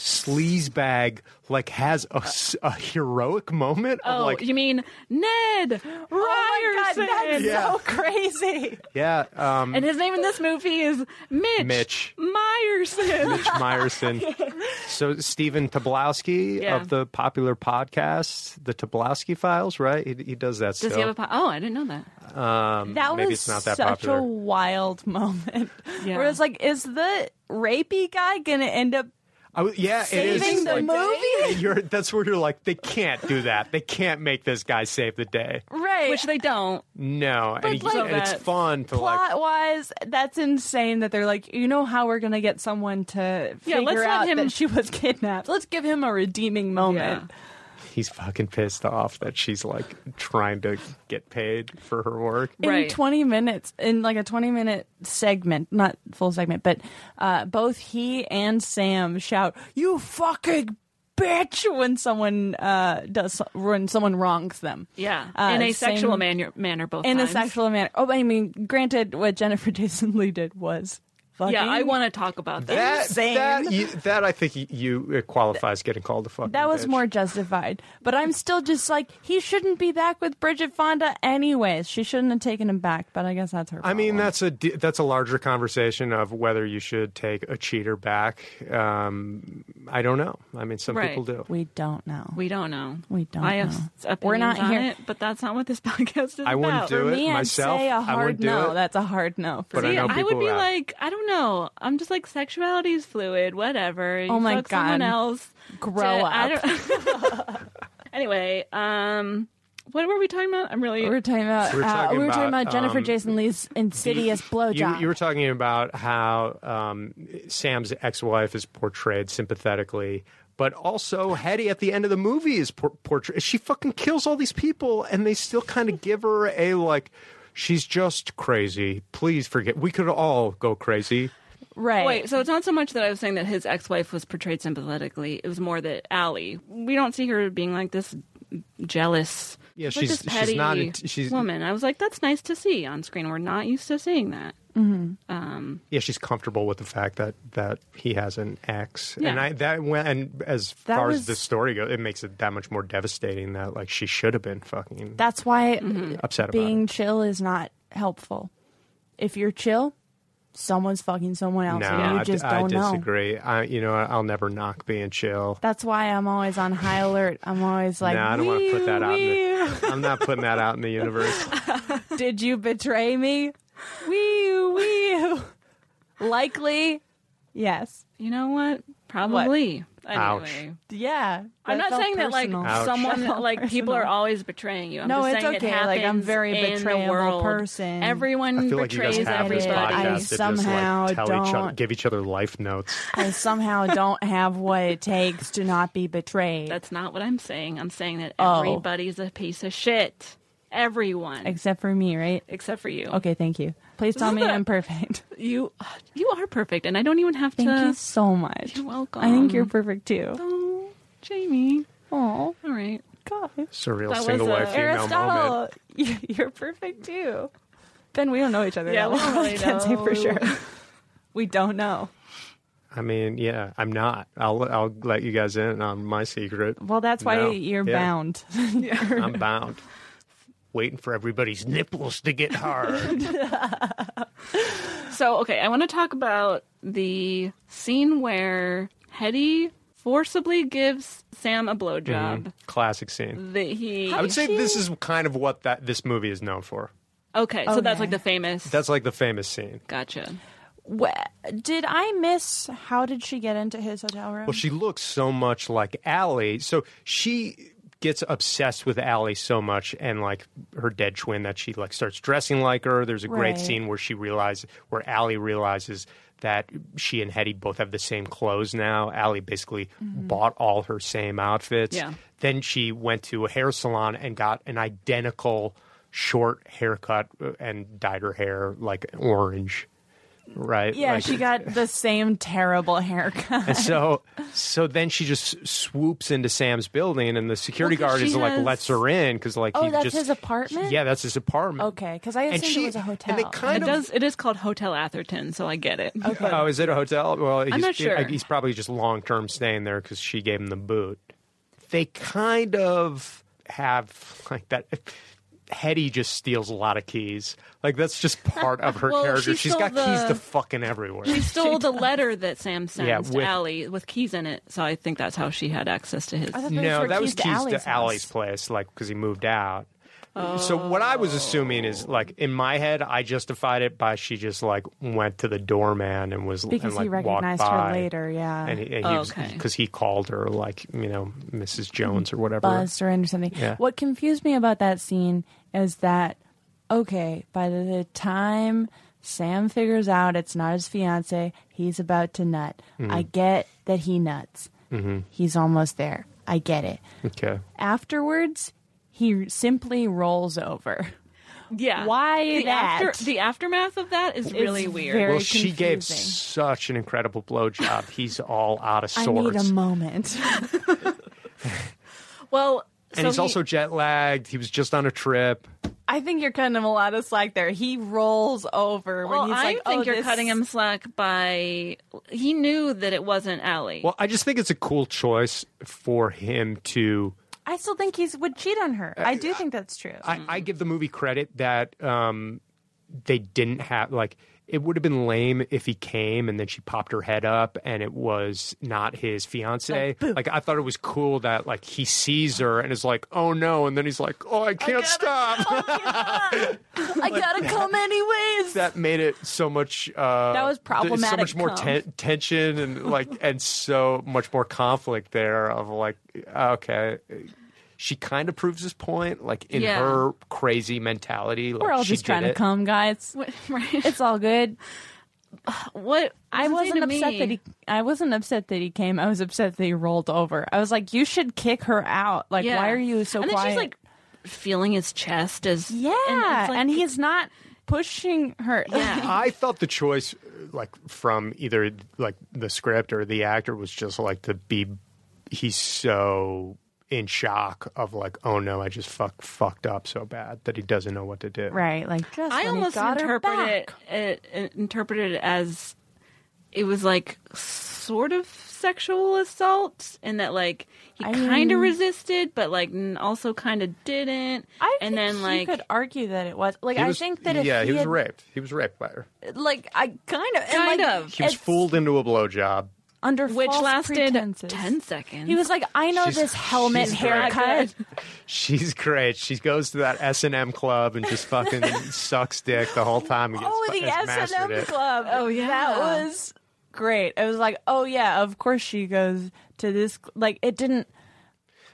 S8: sleazebag like has a, s- a heroic moment.
S3: Oh,
S8: of, like,
S3: you mean Ned Ryerson?
S2: Oh my god, that's
S8: Yeah.
S2: so crazy.
S8: yeah, um,
S3: And his name in this movie is Mitch,
S8: Mitch.
S3: Meyerson.
S8: Mitch Meyerson. so Stephen Tobolowsky
S3: Yeah.
S8: of the popular podcast, The Tobolowsky Files, right? He, he does that
S3: Does
S8: still.
S3: he have a po- Oh, I didn't know that.
S8: um,
S2: That
S8: maybe
S2: was
S8: it's not that
S2: such
S8: popular.
S2: a wild moment.
S3: Yeah.
S2: Where it's like, is the rapey guy gonna end up
S8: I w- yeah, it
S2: saving
S8: is.
S2: the
S8: Like,
S2: movie?
S8: You're, that's where you're like, they can't do that. They can't make this guy save the day.
S2: Right.
S3: Which they don't.
S8: No, and, he-
S3: like,
S8: and it's
S3: that
S8: fun to like.
S2: plot wise, that's insane that they're like, you know how we're gonna get someone to
S3: Yeah,
S2: figure
S3: let's let
S2: out
S3: him-
S2: that she was kidnapped. Let's give him a redeeming moment.
S8: He's fucking pissed off that she's like trying to get paid for her work.
S2: In
S3: Right.
S2: twenty minutes, in like a twenty minute segment, not full segment, but uh, both he and Sam shout, "You fucking bitch!" when someone uh, does when someone wrongs them.
S3: Yeah.
S2: Uh,
S3: in a
S2: same-
S3: sexual manner, manner both
S2: in
S3: times.
S2: a sexual manner. Oh, I mean, granted, what Jennifer Jason Lee did was fucking.
S3: Yeah, I want to talk about that.
S8: That,
S2: Insane.
S8: that, you, that I think you it qualifies getting called a fucking.
S2: That was
S8: bitch.
S2: more justified. But I'm still just like, he shouldn't be back with Bridget Fonda anyways. She shouldn't have taken him back, but I guess that's her
S8: I
S2: problem.
S8: mean, that's a di- that's a larger conversation of whether you should take a cheater back. Um, I don't know. I mean, some
S3: Right.
S8: people do.
S2: We don't know.
S3: We don't know.
S2: We don't
S3: I have
S2: know.
S3: s- opinions
S2: We're not
S3: on
S2: here-
S3: it, but that's not what this podcast is
S8: I wouldn't
S3: about.
S8: do it
S2: Me, I'd
S8: myself.
S2: say a
S8: I
S2: hard
S8: wouldn't do
S2: no.
S8: it.
S2: That's a hard no. For
S8: But I
S2: me.
S8: know
S3: I would
S8: people
S3: be
S8: that-
S3: like, I don't know. I'm just like sexuality is fluid. Whatever. You
S2: Oh my
S3: fuck Someone
S2: God.
S3: else.
S2: Grow
S3: to- I
S2: up.
S3: don't- anyway, um, what were we talking about? I'm really.
S2: We were talking about,
S8: We're
S2: uh,
S8: talking
S2: we were talking
S8: about,
S2: about Jennifer
S8: um,
S2: Jason Lee's insidious
S8: You,
S2: blowjob.
S8: you were talking about how um, Sam's ex-wife is portrayed sympathetically, but also Hetty at the end of the movie is por- portrayed. She fucking kills all these people, and they still kind of give her a like. She's just crazy. Please forget. We could all go crazy.
S2: right.
S3: Wait, so it's not so much that I was saying that his ex-wife was portrayed sympathetically. It was more that Allie. We don't see her being like this jealous.
S8: Yeah,
S3: like
S8: she's-
S3: this
S8: she's
S3: petty
S8: not int- she's-
S3: woman. I was like, that's nice to see on screen. We're not used to seeing that. Um,
S8: Yeah, she's comfortable with the fact that that he has an ex, and
S3: Yeah.
S8: I that went and as
S2: That
S8: far as
S2: was-
S8: the story goes, it makes it that much more devastating that like she should have been fucking
S2: That's why
S3: Mm-hmm.
S8: upset about
S2: being
S8: it.
S2: chill is not helpful. If you're chill, someone's fucking someone else,
S8: No,
S2: and
S8: I
S2: you
S8: d-
S2: just
S8: I,
S2: don't know.
S8: disagree. I you know I'll never knock being chill.
S2: That's why I'm always on high alert. I'm always like,
S8: no, I don't want to put that out.
S2: "Wee,
S8: In the, I'm not putting that out in the universe.
S2: wee, Did you betray me? Wee wee. Likely, yes.
S3: You know what? Probably.
S8: Ouch.
S3: Anyway.
S2: Yeah.
S3: I'm not
S2: felt
S3: saying
S2: personal.
S3: that like someone
S2: That felt
S3: like people are
S2: personal.
S3: always betraying you. I'm
S2: No,
S3: just
S2: it's
S3: saying it
S2: okay. Like, I'm
S3: happens
S2: very
S3: in the
S2: betrayable
S3: world.
S2: person.
S3: Everyone
S8: I feel like you
S3: betrays
S8: guys have this
S3: everybody.
S2: I
S8: podcast to
S2: somehow
S8: just like tell each other,
S2: don't-
S8: give each other life notes.
S2: I somehow don't have what it takes to not be betrayed.
S3: That's not what I'm saying. I'm saying that
S2: Oh.
S3: everybody's a piece of shit. Everyone.
S2: except for me, right?
S3: Except for you.
S2: Okay, thank you. Please tell me
S3: Isn't that-
S2: I'm perfect.
S3: You you are perfect and I don't even have
S2: Thank
S3: to
S2: you so much.
S3: You're welcome.
S2: I think you're perfect too.
S3: Oh, Jamie.
S2: Oh,
S3: All right.
S2: God.
S8: Surreal
S3: That
S8: single
S3: was a-
S8: life female moment.
S2: Aristotle, you- you're perfect too. Ben, we don't know each other.
S3: Yeah,
S2: that
S3: we
S2: well.
S3: don't really
S2: I can't say for
S3: know.
S2: sure. We don't know.
S8: I mean, yeah, I'm not. I'll I'll let you guys in on my secret.
S2: Well, that's why
S8: No.
S2: you're
S8: Yeah.
S2: bound.
S8: I'm bound. Waiting for everybody's nipples to get hard.
S3: So, okay, I want to talk about the scene where Hetty forcibly gives Sam a blowjob.
S8: Classic scene.
S3: That he
S8: I would say this is kind of what that this movie is known for.
S3: okay, so that's
S2: Okay.
S3: like the famous.
S8: That's like the famous scene.
S3: gotcha.
S2: Wh- Did I miss how did she get into his hotel room?
S8: Well, she looks so much like Allie. So she gets obsessed with Allie so much and like her dead twin that she like starts dressing like her. There's a
S2: Right.
S8: great scene where she realizes where Allie realizes that she and Hetty both have the same clothes now. Allie basically
S2: Mm-hmm.
S8: bought all her same outfits.
S3: Yeah.
S8: Then she went to a hair salon and got an identical short haircut uh, and dyed her hair like orange. Right?
S2: yeah,
S8: Like-
S2: she got the same terrible haircut.
S8: and so, so then she just swoops into Sam's building, and the security
S3: Well, 'cause
S8: guard is
S3: she
S8: like
S3: has-
S8: lets her in because like
S2: Oh,
S8: he
S2: that's
S8: just
S2: his apartment?
S8: Yeah, that's his apartment.
S2: Okay, 'cause I
S8: And
S2: assumed it
S8: she-
S2: was a
S8: And they
S2: hotel.
S8: kind
S3: it
S8: of
S3: does. It is called Hotel Atherton, so I get it.
S8: Oh, is it a hotel? Well, he's,
S3: not sure.
S8: I- he's probably just long term staying there because she gave him the boot. They kind of have like that. Hetty just steals a lot of keys. Like that's just part of her
S3: Well,
S8: character.
S3: she
S8: She's
S3: stole
S8: got keys
S3: the-
S8: to fucking everywhere.
S3: She stole the letter that Sam sends
S8: Yeah,
S3: to
S8: with-
S3: Allie with keys in it, so I think that's how she had access to his.
S2: thought those
S8: No,
S2: were
S8: that was keys
S2: Allie's
S8: to Allie's
S2: house.
S8: place, like because he moved out. So what I was assuming is like in my head, I justified it by she just like went to the doorman and was
S2: Because
S8: and, like,
S2: he
S8: walked
S2: recognized her
S8: by.
S2: later, yeah.
S8: and he, and he
S3: Oh,
S8: was
S3: okay.
S8: because he called her like you know Mrs. Jones or whatever.
S2: Mm-hmm. buzzed or into something.
S8: Yeah.
S2: What confused me about that scene is that okay, by the time Sam figures out it's not his fiance, he's about to nut.
S8: Mm-hmm.
S2: I get that he nuts. He's almost there. I get it.
S8: Okay,
S2: Afterwards, he simply rolls over.
S3: yeah,
S2: Why
S3: the
S2: that?
S3: after- the aftermath of that is really weird.
S2: very-
S8: well she gave
S2: confusing.
S8: such an incredible blowjob. He's all out of
S2: I need
S8: sorts.
S2: a moment.
S3: well,
S8: and
S3: so
S8: he's
S3: he-
S8: also jet lagged. He was just on a trip.
S2: I think you're cutting him a lot of slack there. He rolls over
S3: Well,
S2: when he's
S3: I
S2: like,
S3: think
S2: "Oh,
S3: you're
S2: this-
S3: cutting him slack by he knew that it wasn't Allie.
S8: Well, I just think it's a cool choice for him to
S2: I still think he's would cheat on her. I do think that's true.
S8: Uh, I, I give the movie credit that um, they didn't have like it would have been lame if he came and then she popped her head up and it was not his fiance. Like, I thought it was cool that like he sees her and is like, oh no, and then he's like, oh, I can't stop.
S2: I gotta come anyways.
S8: that made it so much. Uh,
S2: That was
S8: th- So
S2: problematic
S8: much more
S2: cum.
S8: ten- tension and like and so much more conflict there of like okay. She kind of proves his point, like in
S3: Yeah.
S8: her crazy mentality. Like
S2: We're all
S8: she
S2: just trying
S8: did
S2: to
S8: it.
S2: come, guys.
S3: What- right?
S2: It's all good.
S3: What
S2: I wasn't
S3: insane to
S2: upset
S3: me-
S2: that he. I wasn't upset that he came. I was upset that he rolled over. I was like, you should kick her out. Like,
S3: Yeah.
S2: why are you so
S3: and
S2: quiet?
S3: then she's like feeling his chest as
S2: yeah,
S3: and,
S2: and,
S3: it's like-
S2: he's not pushing her.
S3: yeah.
S8: I thought the choice, uh, like from either like the script or the actor, was just like to be. He's so in shock of like, oh no, I just fuck, fucked up so bad that he doesn't know what to do.
S2: right. Like, just when
S3: I
S2: he
S3: almost
S2: got her
S3: interpret
S2: back.
S3: it, it, it interpreted it as it was like sort of sexual assault, and that like he
S2: I
S3: kind
S2: mean-
S3: of resisted, but like n- also kind of didn't.
S2: I think
S3: and then
S2: he
S3: like
S2: could argue that it was like
S8: He
S2: I
S8: was-
S2: think that if
S8: yeah,
S2: he,
S8: was
S2: had-
S8: raped. He was raped by her.
S2: Like I kind of and,
S3: Kind
S2: like,
S3: of.
S8: He was
S2: it's
S8: fooled into a blowjob.
S2: under
S3: which
S2: false
S3: lasted
S2: pretenses.
S3: ten seconds.
S2: He was like, I know
S8: She's-
S2: this helmet
S8: she's
S2: haircut.
S8: She's great. She goes to that S and M club and just fucking sucks dick the whole time. And gets,
S2: Oh, the
S8: has mastered
S2: S and M
S8: it.
S2: club.
S3: Oh, yeah.
S2: that was great. It was like, oh yeah, of course she goes to this. cl- Like it didn't.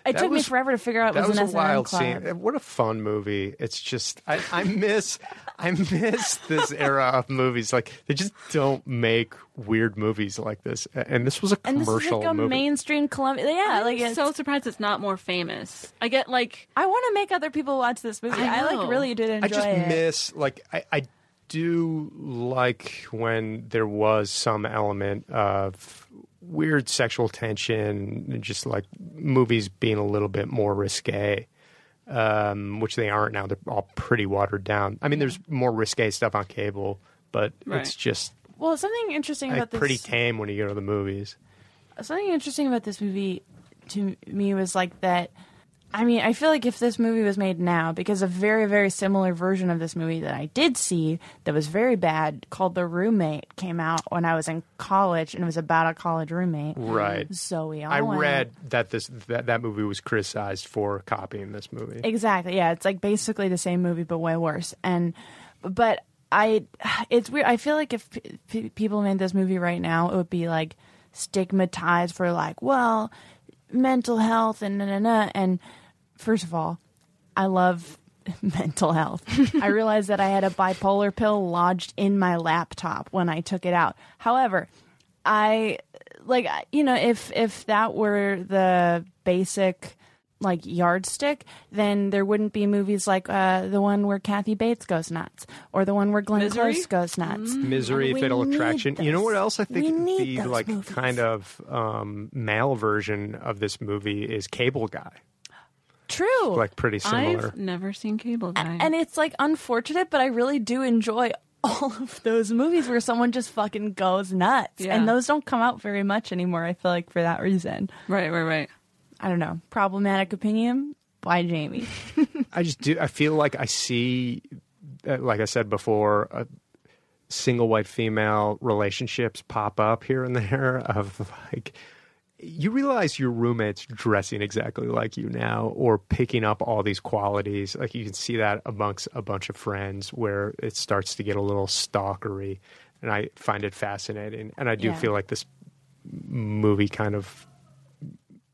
S2: It
S8: That
S2: took me
S8: was-
S2: forever to figure out it
S8: that was
S2: was,
S8: a
S2: an SNL
S8: wild
S2: club.
S8: scene. What a fun movie! It's just I, I miss I miss this era of movies. Like they just don't make weird movies like this. A- And this was a
S2: And this is
S8: commercial
S2: like a
S8: movie.
S2: mainstream Columbia. Yeah, like
S3: I'm
S2: it's,
S3: so surprised it's not more famous. I get like
S2: I want to make other people watch this movie.
S3: I
S2: I, like
S3: know.
S2: really did enjoy
S8: I just
S2: it.
S8: miss like I, I do like when there was some element of weird sexual tension, and just like movies being a little bit more risque. Um, which they aren't now. They're all pretty watered down. I mean, there's more risque stuff on cable, but
S3: Right.
S8: it's just
S2: well, something interesting
S8: like,
S2: about this
S8: pretty tame when you go to the movies.
S2: something interesting about this movie to me was like that I mean, I feel like if this movie was made now, because a very, very similar version of this movie that I did see that was very bad called The Roommate came out when I was in college and it was about a college roommate.
S8: Right.
S2: So we all
S8: I
S2: went-
S8: read that this that, that movie was criticized for copying this movie.
S2: Exactly. Yeah, it's like basically the same movie but way worse. And but I it's weird. I feel like if p- p- people made this movie right now, it would be like stigmatized for like, well, mental health and na na na and first of all, I love mental health. I realized that I had a bipolar pill lodged in my laptop when I took it out. However, I like I- you know if if that were the basic like yardstick, then there wouldn't be movies like uh, the one where Kathy Bates goes nuts or the one where Glenn
S3: Misery?
S2: Close goes nuts.
S8: Misery,
S2: And Mm-hmm. we
S8: Fatal
S2: need
S8: Attraction. You know
S2: those.
S8: what else I think
S2: We need
S8: the
S2: those
S8: like
S2: movies.
S8: kind of um, male version of this movie is Cable Guy.
S2: true.
S8: Like pretty similar.
S3: I've never seen Cable Guy.
S2: and it's like unfortunate, but I really do enjoy all of those movies where someone just fucking goes nuts.
S3: Yeah.
S2: And those don't come out very much anymore, I feel like, for that reason.
S3: right, right, right.
S2: I don't know. Problematic opinion? Why Jamie?
S8: I just do. I feel like I see, uh, like I said before, uh, single white female relationships pop up here and there of like. You realize your roommate's dressing exactly like you now, or picking up all these qualities. Like you can see that amongst a bunch of friends, where it starts to get a little stalkery, and I find it fascinating. And I do
S2: Yeah.
S8: feel like this movie kind of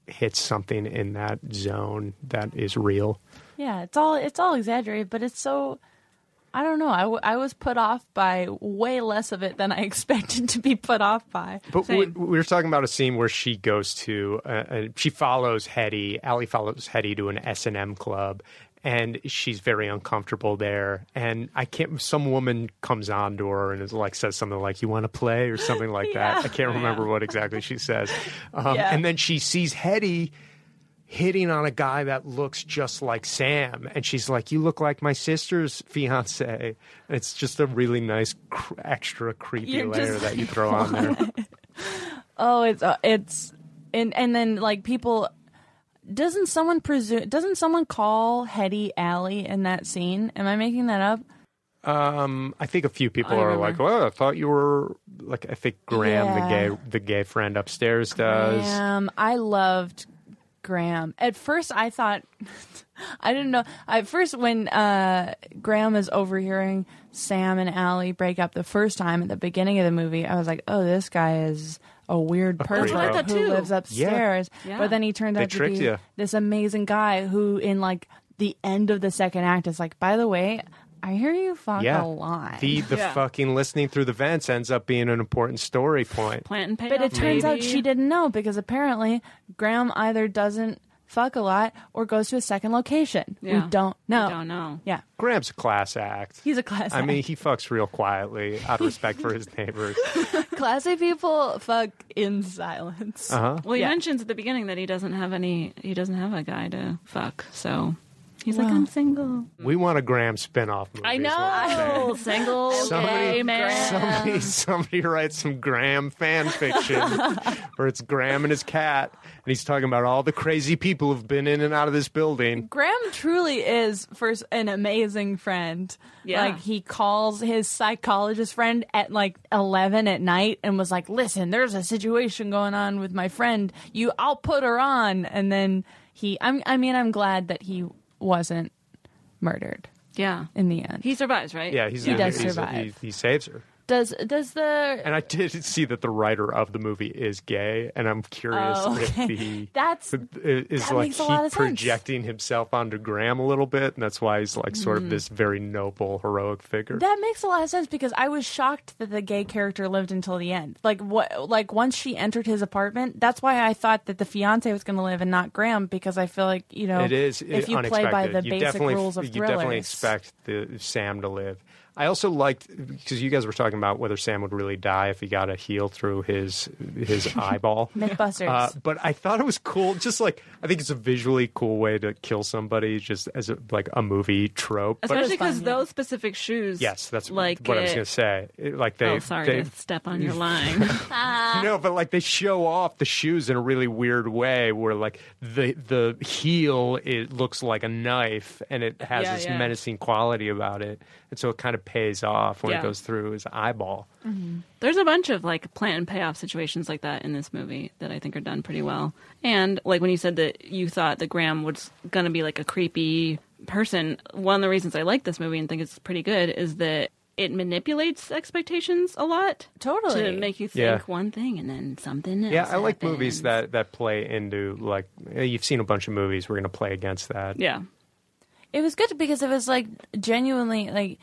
S8: hits something in that zone that is real.
S2: yeah, it's all it's all exaggerated, but it's so I don't know. I, w- I was put off by way less of it than I expected to be put off by.
S8: But we,
S3: Same.
S8: we were talking about a scene where she goes to, uh, uh, she follows Hetty. Allie follows Hetty to an S and M club, and she's very uncomfortable there. And I can't. Some woman comes on to her and is like, says something like, "You want to play?" or something like that. I can't remember what exactly she says. Um,
S2: Yeah.
S8: And then she sees Hetty hitting on a guy that looks just like Sam. And she's like, You look like my sister's fiance. And it's just a really nice, cr- extra creepy
S2: You're
S8: layer
S2: just
S8: that you throw on there.
S2: Oh, it's uh, it's and and then like people doesn't someone presume doesn't someone call Hetty Allie in that scene? Am I making that up?
S8: Um, I think a few people
S3: I
S8: are
S3: remember.
S8: like, "Well, I thought you were like." I think Graham,
S2: Yeah.
S8: the gay, the gay friend upstairs, does.
S2: Graham, I loved Graham. At first, I thought I didn't know. At first, when uh, Graham is overhearing Sam and Allie break up the first time at the beginning of the movie, I was like, "Oh, this guy is." A weird person
S8: freak. That's what I
S3: thought,
S2: who
S3: too.
S2: lives upstairs,
S3: Yeah.
S2: but then he turns
S8: They
S2: out to be
S8: tricked ya.
S2: this amazing guy who, in like the end of the second act, is like, "By the way, I hear you fuck
S8: Yeah,
S2: a lot."
S8: the the
S3: Yeah.
S8: fucking listening through the vents ends up being an important story point.
S3: Plant and pay.
S2: But it turns out she didn't know because apparently Graham either doesn't fuck a lot or goes to a second location.
S3: Yeah.
S2: We don't know.
S3: don't know.
S2: Yeah.
S8: Graham's a class act.
S2: He's a class
S8: I
S2: act.
S8: mean, he fucks real quietly out of respect for his neighbors.
S2: Classy people fuck in silence.
S3: Well, he
S2: Yeah.
S3: mentions at the beginning that he doesn't have any. He doesn't have a guy to fuck. So he's like, I'm single.
S8: We want a Graham spinoff movie. is what I'm saying.
S3: single
S8: Somebody-
S3: gay man.
S8: Somebody, somebody writes some Graham fan fiction where it's Graham and his cat, and he's talking about all the crazy people who've been in and out of this building.
S2: Graham truly is first an amazing friend.
S3: Yeah.
S2: Like he calls his psychologist friend at like 11 at night and was like, "Listen, there's a situation going on with my friend. You I'll put her on." And then he I'm I mean, I'm glad that he wasn't murdered
S3: Yeah,
S2: in the end.
S3: he survives, right?
S8: Yeah, he's
S2: He does
S8: he's-
S2: survive.
S8: he, he saves her.
S2: Does does the
S8: And I did see that the writer of the movie is gay, and I'm curious
S2: Oh, okay.
S8: if he
S2: That's-
S8: is
S2: that
S8: like
S2: makes a lot
S8: he
S2: of sense.
S8: projecting himself onto Graham a little bit, and that's why he's like sort
S2: Mm.
S8: of this very noble, heroic figure.
S2: that makes a lot of sense because I was shocked that the gay character lived until the end. Like what? Like once she entered his apartment, that's why I thought that the fiance was going to live and not Graham because I feel like you know
S8: it is
S2: if
S8: it-
S2: you play
S8: unexpected.
S2: by the
S8: you
S2: basic
S8: definitely,
S2: rules of
S8: you
S2: thrillers,
S8: definitely expect the Sam to live. I also liked because you guys were talking about whether Sam would really die if he got a heel through his his eyeball.
S2: MythBusters.
S8: Uh, but I thought it was cool. Just like I think it's a visually cool way to kill somebody, just as a, like a movie trope. But-
S3: Especially because
S2: fun, yeah.
S3: those specific shoes.
S8: yes, that's
S3: like
S8: what I was
S3: it-
S8: going to say. It- like they,
S3: oh, sorry
S8: they
S3: to step on your line.
S8: no, but like they show off the shoes in a really weird way, where like the the heel it looks like a knife, and it has
S3: Yeah,
S8: this
S3: yeah.
S8: menacing quality about it, and so it kind of pays off when
S3: Yeah.
S8: it goes through his eyeball.
S3: There's a bunch of like plant and payoff situations like that in this movie that I think are done pretty well. And like when you said that you thought that Graham was going to be like a creepy person, one of the reasons I like this movie and think it's pretty good is that it manipulates expectations a lot.
S2: Totally.
S3: To make you think
S8: Yeah.
S3: one thing and then something else.
S8: Yeah, I like movies that
S3: happens.
S8: that play into like eh, you've seen a bunch of movies. We're going to play against that.
S3: Yeah.
S2: It was good because it was like genuinely like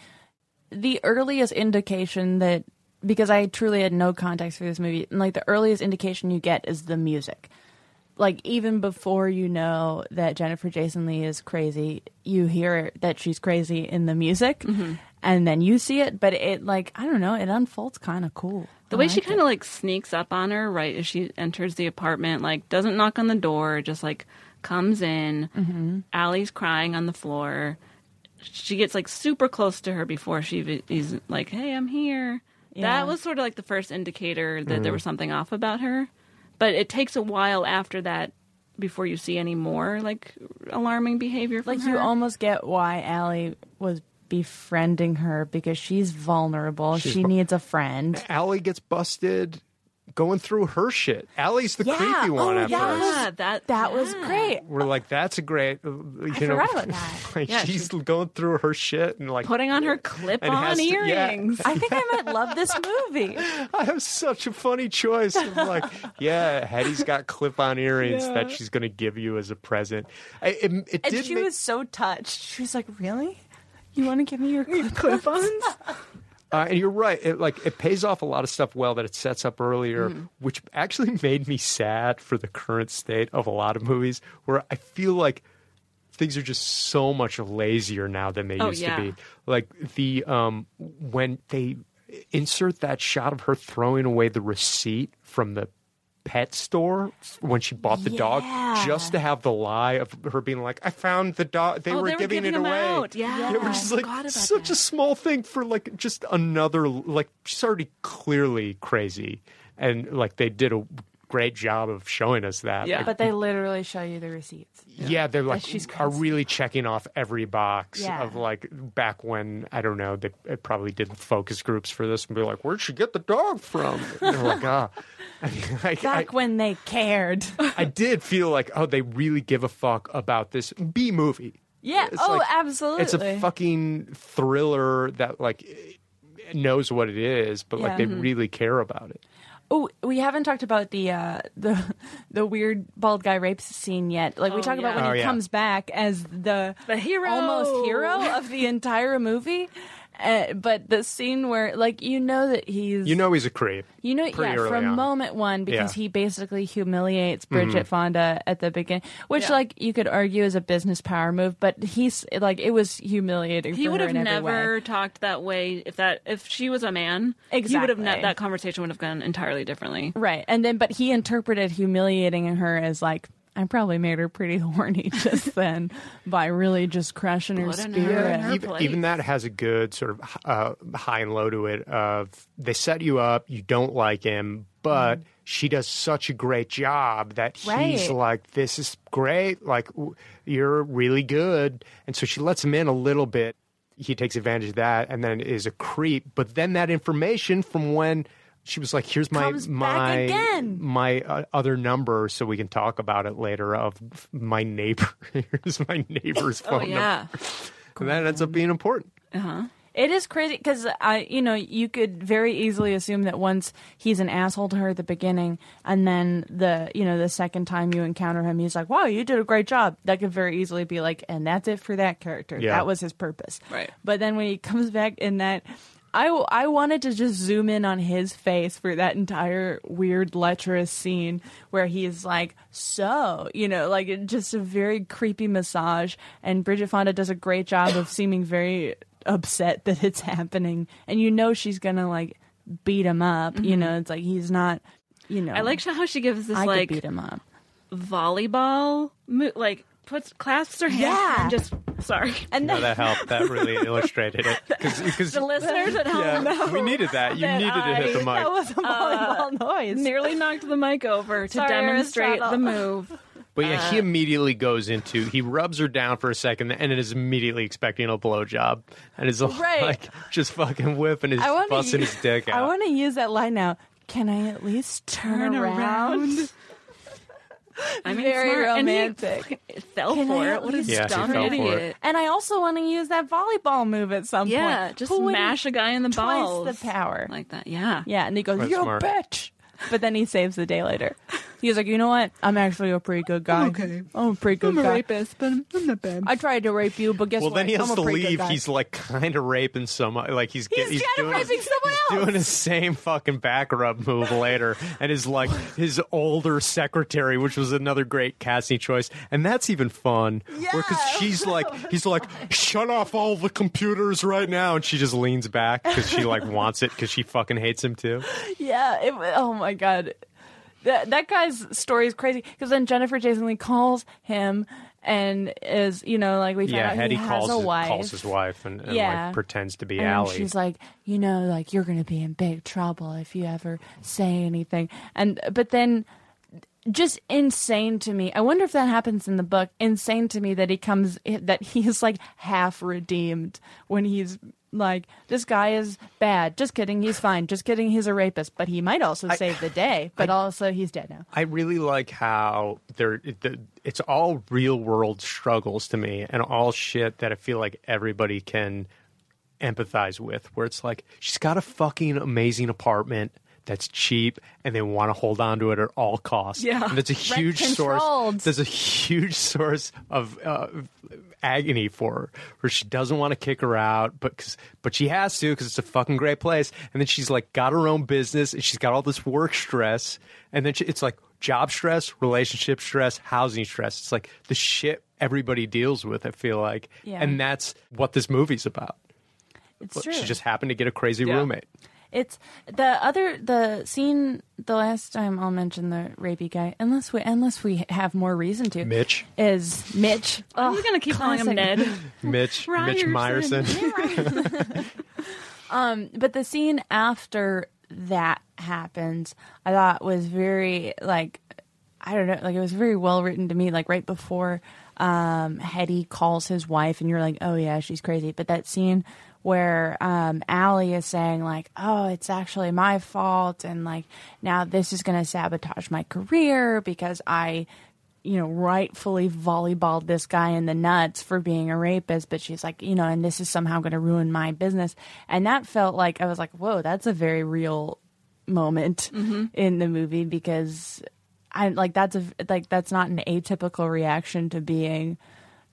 S2: the earliest indication that because I truly had no context for this movie, and like the earliest indication you get is the music. Like even before you know that Jennifer Jason Lee is crazy, you hear that she's crazy in the music, and then you see it. But it like I don't know, it unfolds kind of cool.
S3: The way she kind of like sneaks up on her right as she enters the apartment, like doesn't knock on the door, just like comes in.
S2: Mm-hmm.
S3: Allie's crying on the floor. She gets like super close to her before she v- is like, "Hey, I'm here."
S2: Yeah.
S3: That was sort of like the first indicator that
S8: Mm.
S3: there was something off about her. But it takes a while after that before you see any more like alarming behavior from
S2: Like
S3: her.
S2: you almost get why Allie was befriending her because she's vulnerable. she needs a friend.
S8: Allie gets busted going through her shit. Allie's the
S2: Yeah.
S8: creepy one
S2: Oh,
S8: at
S2: yeah.
S8: first.
S3: yeah, Ah, that
S2: That was
S3: yeah.
S2: great.
S8: We're like, that's a great. uh, You know,
S2: forgot about that.
S8: like,
S3: Yeah,
S8: she's going through her shit and like
S3: Putting on her
S8: has
S3: clip-on
S8: to- yeah.
S3: earrings.
S2: I think I might love this movie.
S8: I have such a funny choice. I'm like, yeah, Hetty's got clip-on earrings that she's going to give you as a present. I, it it
S2: And
S8: did
S2: she
S8: make-
S2: was so touched. She was Uh, like, "Really? You want to give me your clip-ons?"
S8: uh, and you're right. It like it pays off a lot of stuff well that it sets up earlier,
S3: Mm-hmm.
S8: which actually made me sad for the current state of a lot of movies, where I feel like things are just so much lazier now than they
S3: Oh,
S8: used
S3: yeah.
S8: to be. Like the um when they insert that shot of her throwing away the receipt from the pet store when she bought the dog
S2: Yeah.
S8: just to have the lie of her being like i found the dog they,
S3: Oh,
S8: were,
S3: they were
S8: giving
S3: giving
S8: it
S3: them
S8: away
S3: out. Yeah.
S8: yeah which is
S3: I
S8: like
S3: forgot about
S8: such
S3: that.
S8: a small thing for like just another like she's already clearly crazy and like they did a great job of showing us that
S3: Yeah.
S8: Like,
S2: But they literally show you the receipts.
S8: yeah, they're like
S2: she's
S8: are
S2: crazy.
S8: really checking off every box
S2: Yeah.
S8: of like back when I don't know they they probably did focus groups for this and be like where'd she get the dog from? And they're like ah, I mean, like, I,
S2: Back when they cared.
S8: I did feel like oh they really give a fuck about this B movie.
S2: Yeah.
S8: It's
S2: oh,
S8: like-
S2: absolutely.
S8: It's a fucking thriller that like it knows what it is, but
S2: Yeah.
S8: like they really care about it.
S2: Oh, we haven't talked about the uh, the the weird bald guy rapes scene yet. Like we
S3: Oh,
S2: talk about
S3: yeah.
S2: when
S8: Oh,
S2: he
S8: yeah.
S2: comes back as the
S3: The hero.
S2: almost hero of the entire movie. Uh, but the scene where, like, you know that he's
S8: You know he's a creep.
S2: You know,
S8: pretty
S2: yeah,
S8: early
S2: from
S8: on.
S2: moment one, because
S8: Yeah. Mm-hmm.
S2: he basically humiliates Bridget Fonda at the beginning, which,
S3: Yeah.
S2: like, you could argue is a business power move, but he's like, it was humiliating.
S3: He
S2: for
S3: would
S2: her
S3: have
S2: in every way.
S3: never talked that way if that if she was a man. He would have
S2: Exactly.
S3: ne- that conversation would have gone entirely differently.
S2: right, and then, but he interpreted humiliating her as like. I probably made her pretty horny just then by really just crushing her
S3: Blood in her- in her-
S2: spirit.
S8: Even,
S3: plate.
S8: even that has a good sort of uh, high and low to it. Of they set you up, you don't like him, but she does such a great job that he's
S2: Right.
S8: like, "This is great. Like, w- you're really good." And so she lets him in a little bit. He takes advantage of that, and then is a creep. But then that information from when she was like, "Here's my
S2: Comes back
S8: my
S2: again.
S8: my uh, other number, so we can talk about it later." Of my neighbor, here's my neighbor's phone
S3: Oh yeah.
S8: number, and that ends up being important.
S2: It is crazy because I, you know, you could very easily assume that once he's an asshole to her at the beginning, and then the, you know, the second time you encounter him, he's like, "Wow, you did a great job." That could very easily be like, "And that's it for that character.
S8: Yeah.
S2: That was his purpose."
S3: Right.
S2: But then when he comes back in that. I, I wanted to just zoom in on his face for that entire weird lecherous scene where he's like so you know like it- just a very creepy massage and Bridget Fonda does a great job of seeming very upset that it's happening and you know she's gonna like beat him up you know it's like he's not you know
S3: Mm-hmm. I like how she gives this
S2: I
S3: like
S2: could beat him up
S3: volleyball, mo- like puts clasps her hands
S2: Yeah.
S3: and just sorry.
S2: and
S8: No,
S2: then
S8: that helped. That really illustrated it because
S3: The listeners at home
S8: yeah,
S2: Oh,
S8: we needed that. You needed to hit the mic.
S2: that
S3: uh,
S2: was a volleyball noise
S3: nearly knocked the mic over to
S2: Sorry,
S3: demonstrate
S2: Aristotle.
S3: the move.
S8: But yeah, he immediately goes into he rubs her down for a second and is immediately expecting a blowjob and is
S2: Right.
S8: like just fucking whipping his
S2: I want to
S8: busting his dick out.
S2: I want to use that line now. Can I at least turn, around?
S3: I mean,
S2: Very
S3: smart. And he
S2: romantic.
S3: f- fell
S2: Can
S3: for
S2: I
S3: it.
S2: at
S3: What a
S2: least
S8: Yeah, he
S3: dumb
S8: fell for it.
S3: idiot.
S2: And I also want to use that volleyball move at some
S3: Yeah,
S2: point.
S3: just
S2: Who would
S3: smash a guy in the
S2: twice
S3: balls.
S2: the power.
S3: like that. Yeah.
S2: Yeah, and he goes,
S8: That's
S2: "You're
S8: smart.
S2: a bitch," but then he saves the day later. He's like, "You know what? I'm actually a pretty good guy.
S7: okay.
S2: I'm a pretty good
S7: I'm a
S2: guy.
S7: rapist, but I'm I'm not bad.
S2: I tried to rape you, but guess
S8: well,
S2: what?
S8: then he has
S2: I'm a
S8: to
S2: pretty good
S8: leave.
S2: guy."
S8: He's like kind of raping someone. Like he's get-
S2: He's
S8: he's
S2: kinda
S8: doing his-
S2: raping someone
S8: he's
S2: else.
S8: doing his same fucking back rub move later, and is like his older secretary, which was another great casting choice, and that's even fun. because
S2: Yeah.
S8: she's like he's like shut off all the computers right now, and she just leans back because she like wants it because she fucking hates him too.
S2: Yeah. It, wa- oh my god, that that guy's story is crazy. Because then Jennifer Jason Lee calls him and is you know like we found
S8: Yeah,
S2: out
S8: Hetty
S2: he has
S8: calls
S2: a
S8: his,
S2: wife.
S8: calls his wife and, and
S2: Yeah.
S8: like pretends to be
S2: and
S8: Allie.
S2: she's like, you know, like you're gonna be in big trouble if you ever say anything. And but then, just insane to me. I wonder if that happens in the book. Insane to me that he comes that he's like half redeemed when he's like, this guy is bad. Just kidding, he's fine. Just kidding, he's a rapist. But he might also save the day. But also, he's dead now.
S8: I really like how they're the, it's all real world struggles to me and all shit that I feel like everybody can empathize with where it's like she's got a fucking amazing apartment that's cheap and they want to hold on to it at all costs.
S3: Yeah.
S8: And that's a huge source.
S2: controlled.
S8: There's a huge source of uh, agony for her where she doesn't want to kick her out but 'cause- but she has to because it's a fucking great place and then she's like got her own business and she's got all this work stress and then she, it's like job stress relationship stress housing stress it's like the shit everybody deals with i feel like
S2: Yeah.
S8: and that's what this movie's about
S2: It's
S8: But
S2: true.
S8: she just happened to get a crazy roommate
S2: It's the other the scene the last time I'll mention the rapey guy unless we unless we have more reason to
S8: Mitch.
S2: is Mitch
S3: I'm just gonna keep calling him
S2: classic.
S3: Ned.
S8: mitch mitch
S3: Ryerson.
S8: meyerson
S2: but the scene after that happens I thought was very like I don't know like it was very well written to me like right before um Hetty calls his wife and you're like oh yeah she's crazy but that scene where um Allie is saying like oh it's actually my fault and like now this is going to sabotage my career because I you know, rightfully volleyballed this guy in the nuts for being a rapist, but she's like, you know, and this is somehow going to ruin my business. And that felt like I was like, whoa, that's a very real moment
S3: Mm-hmm.
S2: in the movie because I like that's a like that's not an atypical reaction to being,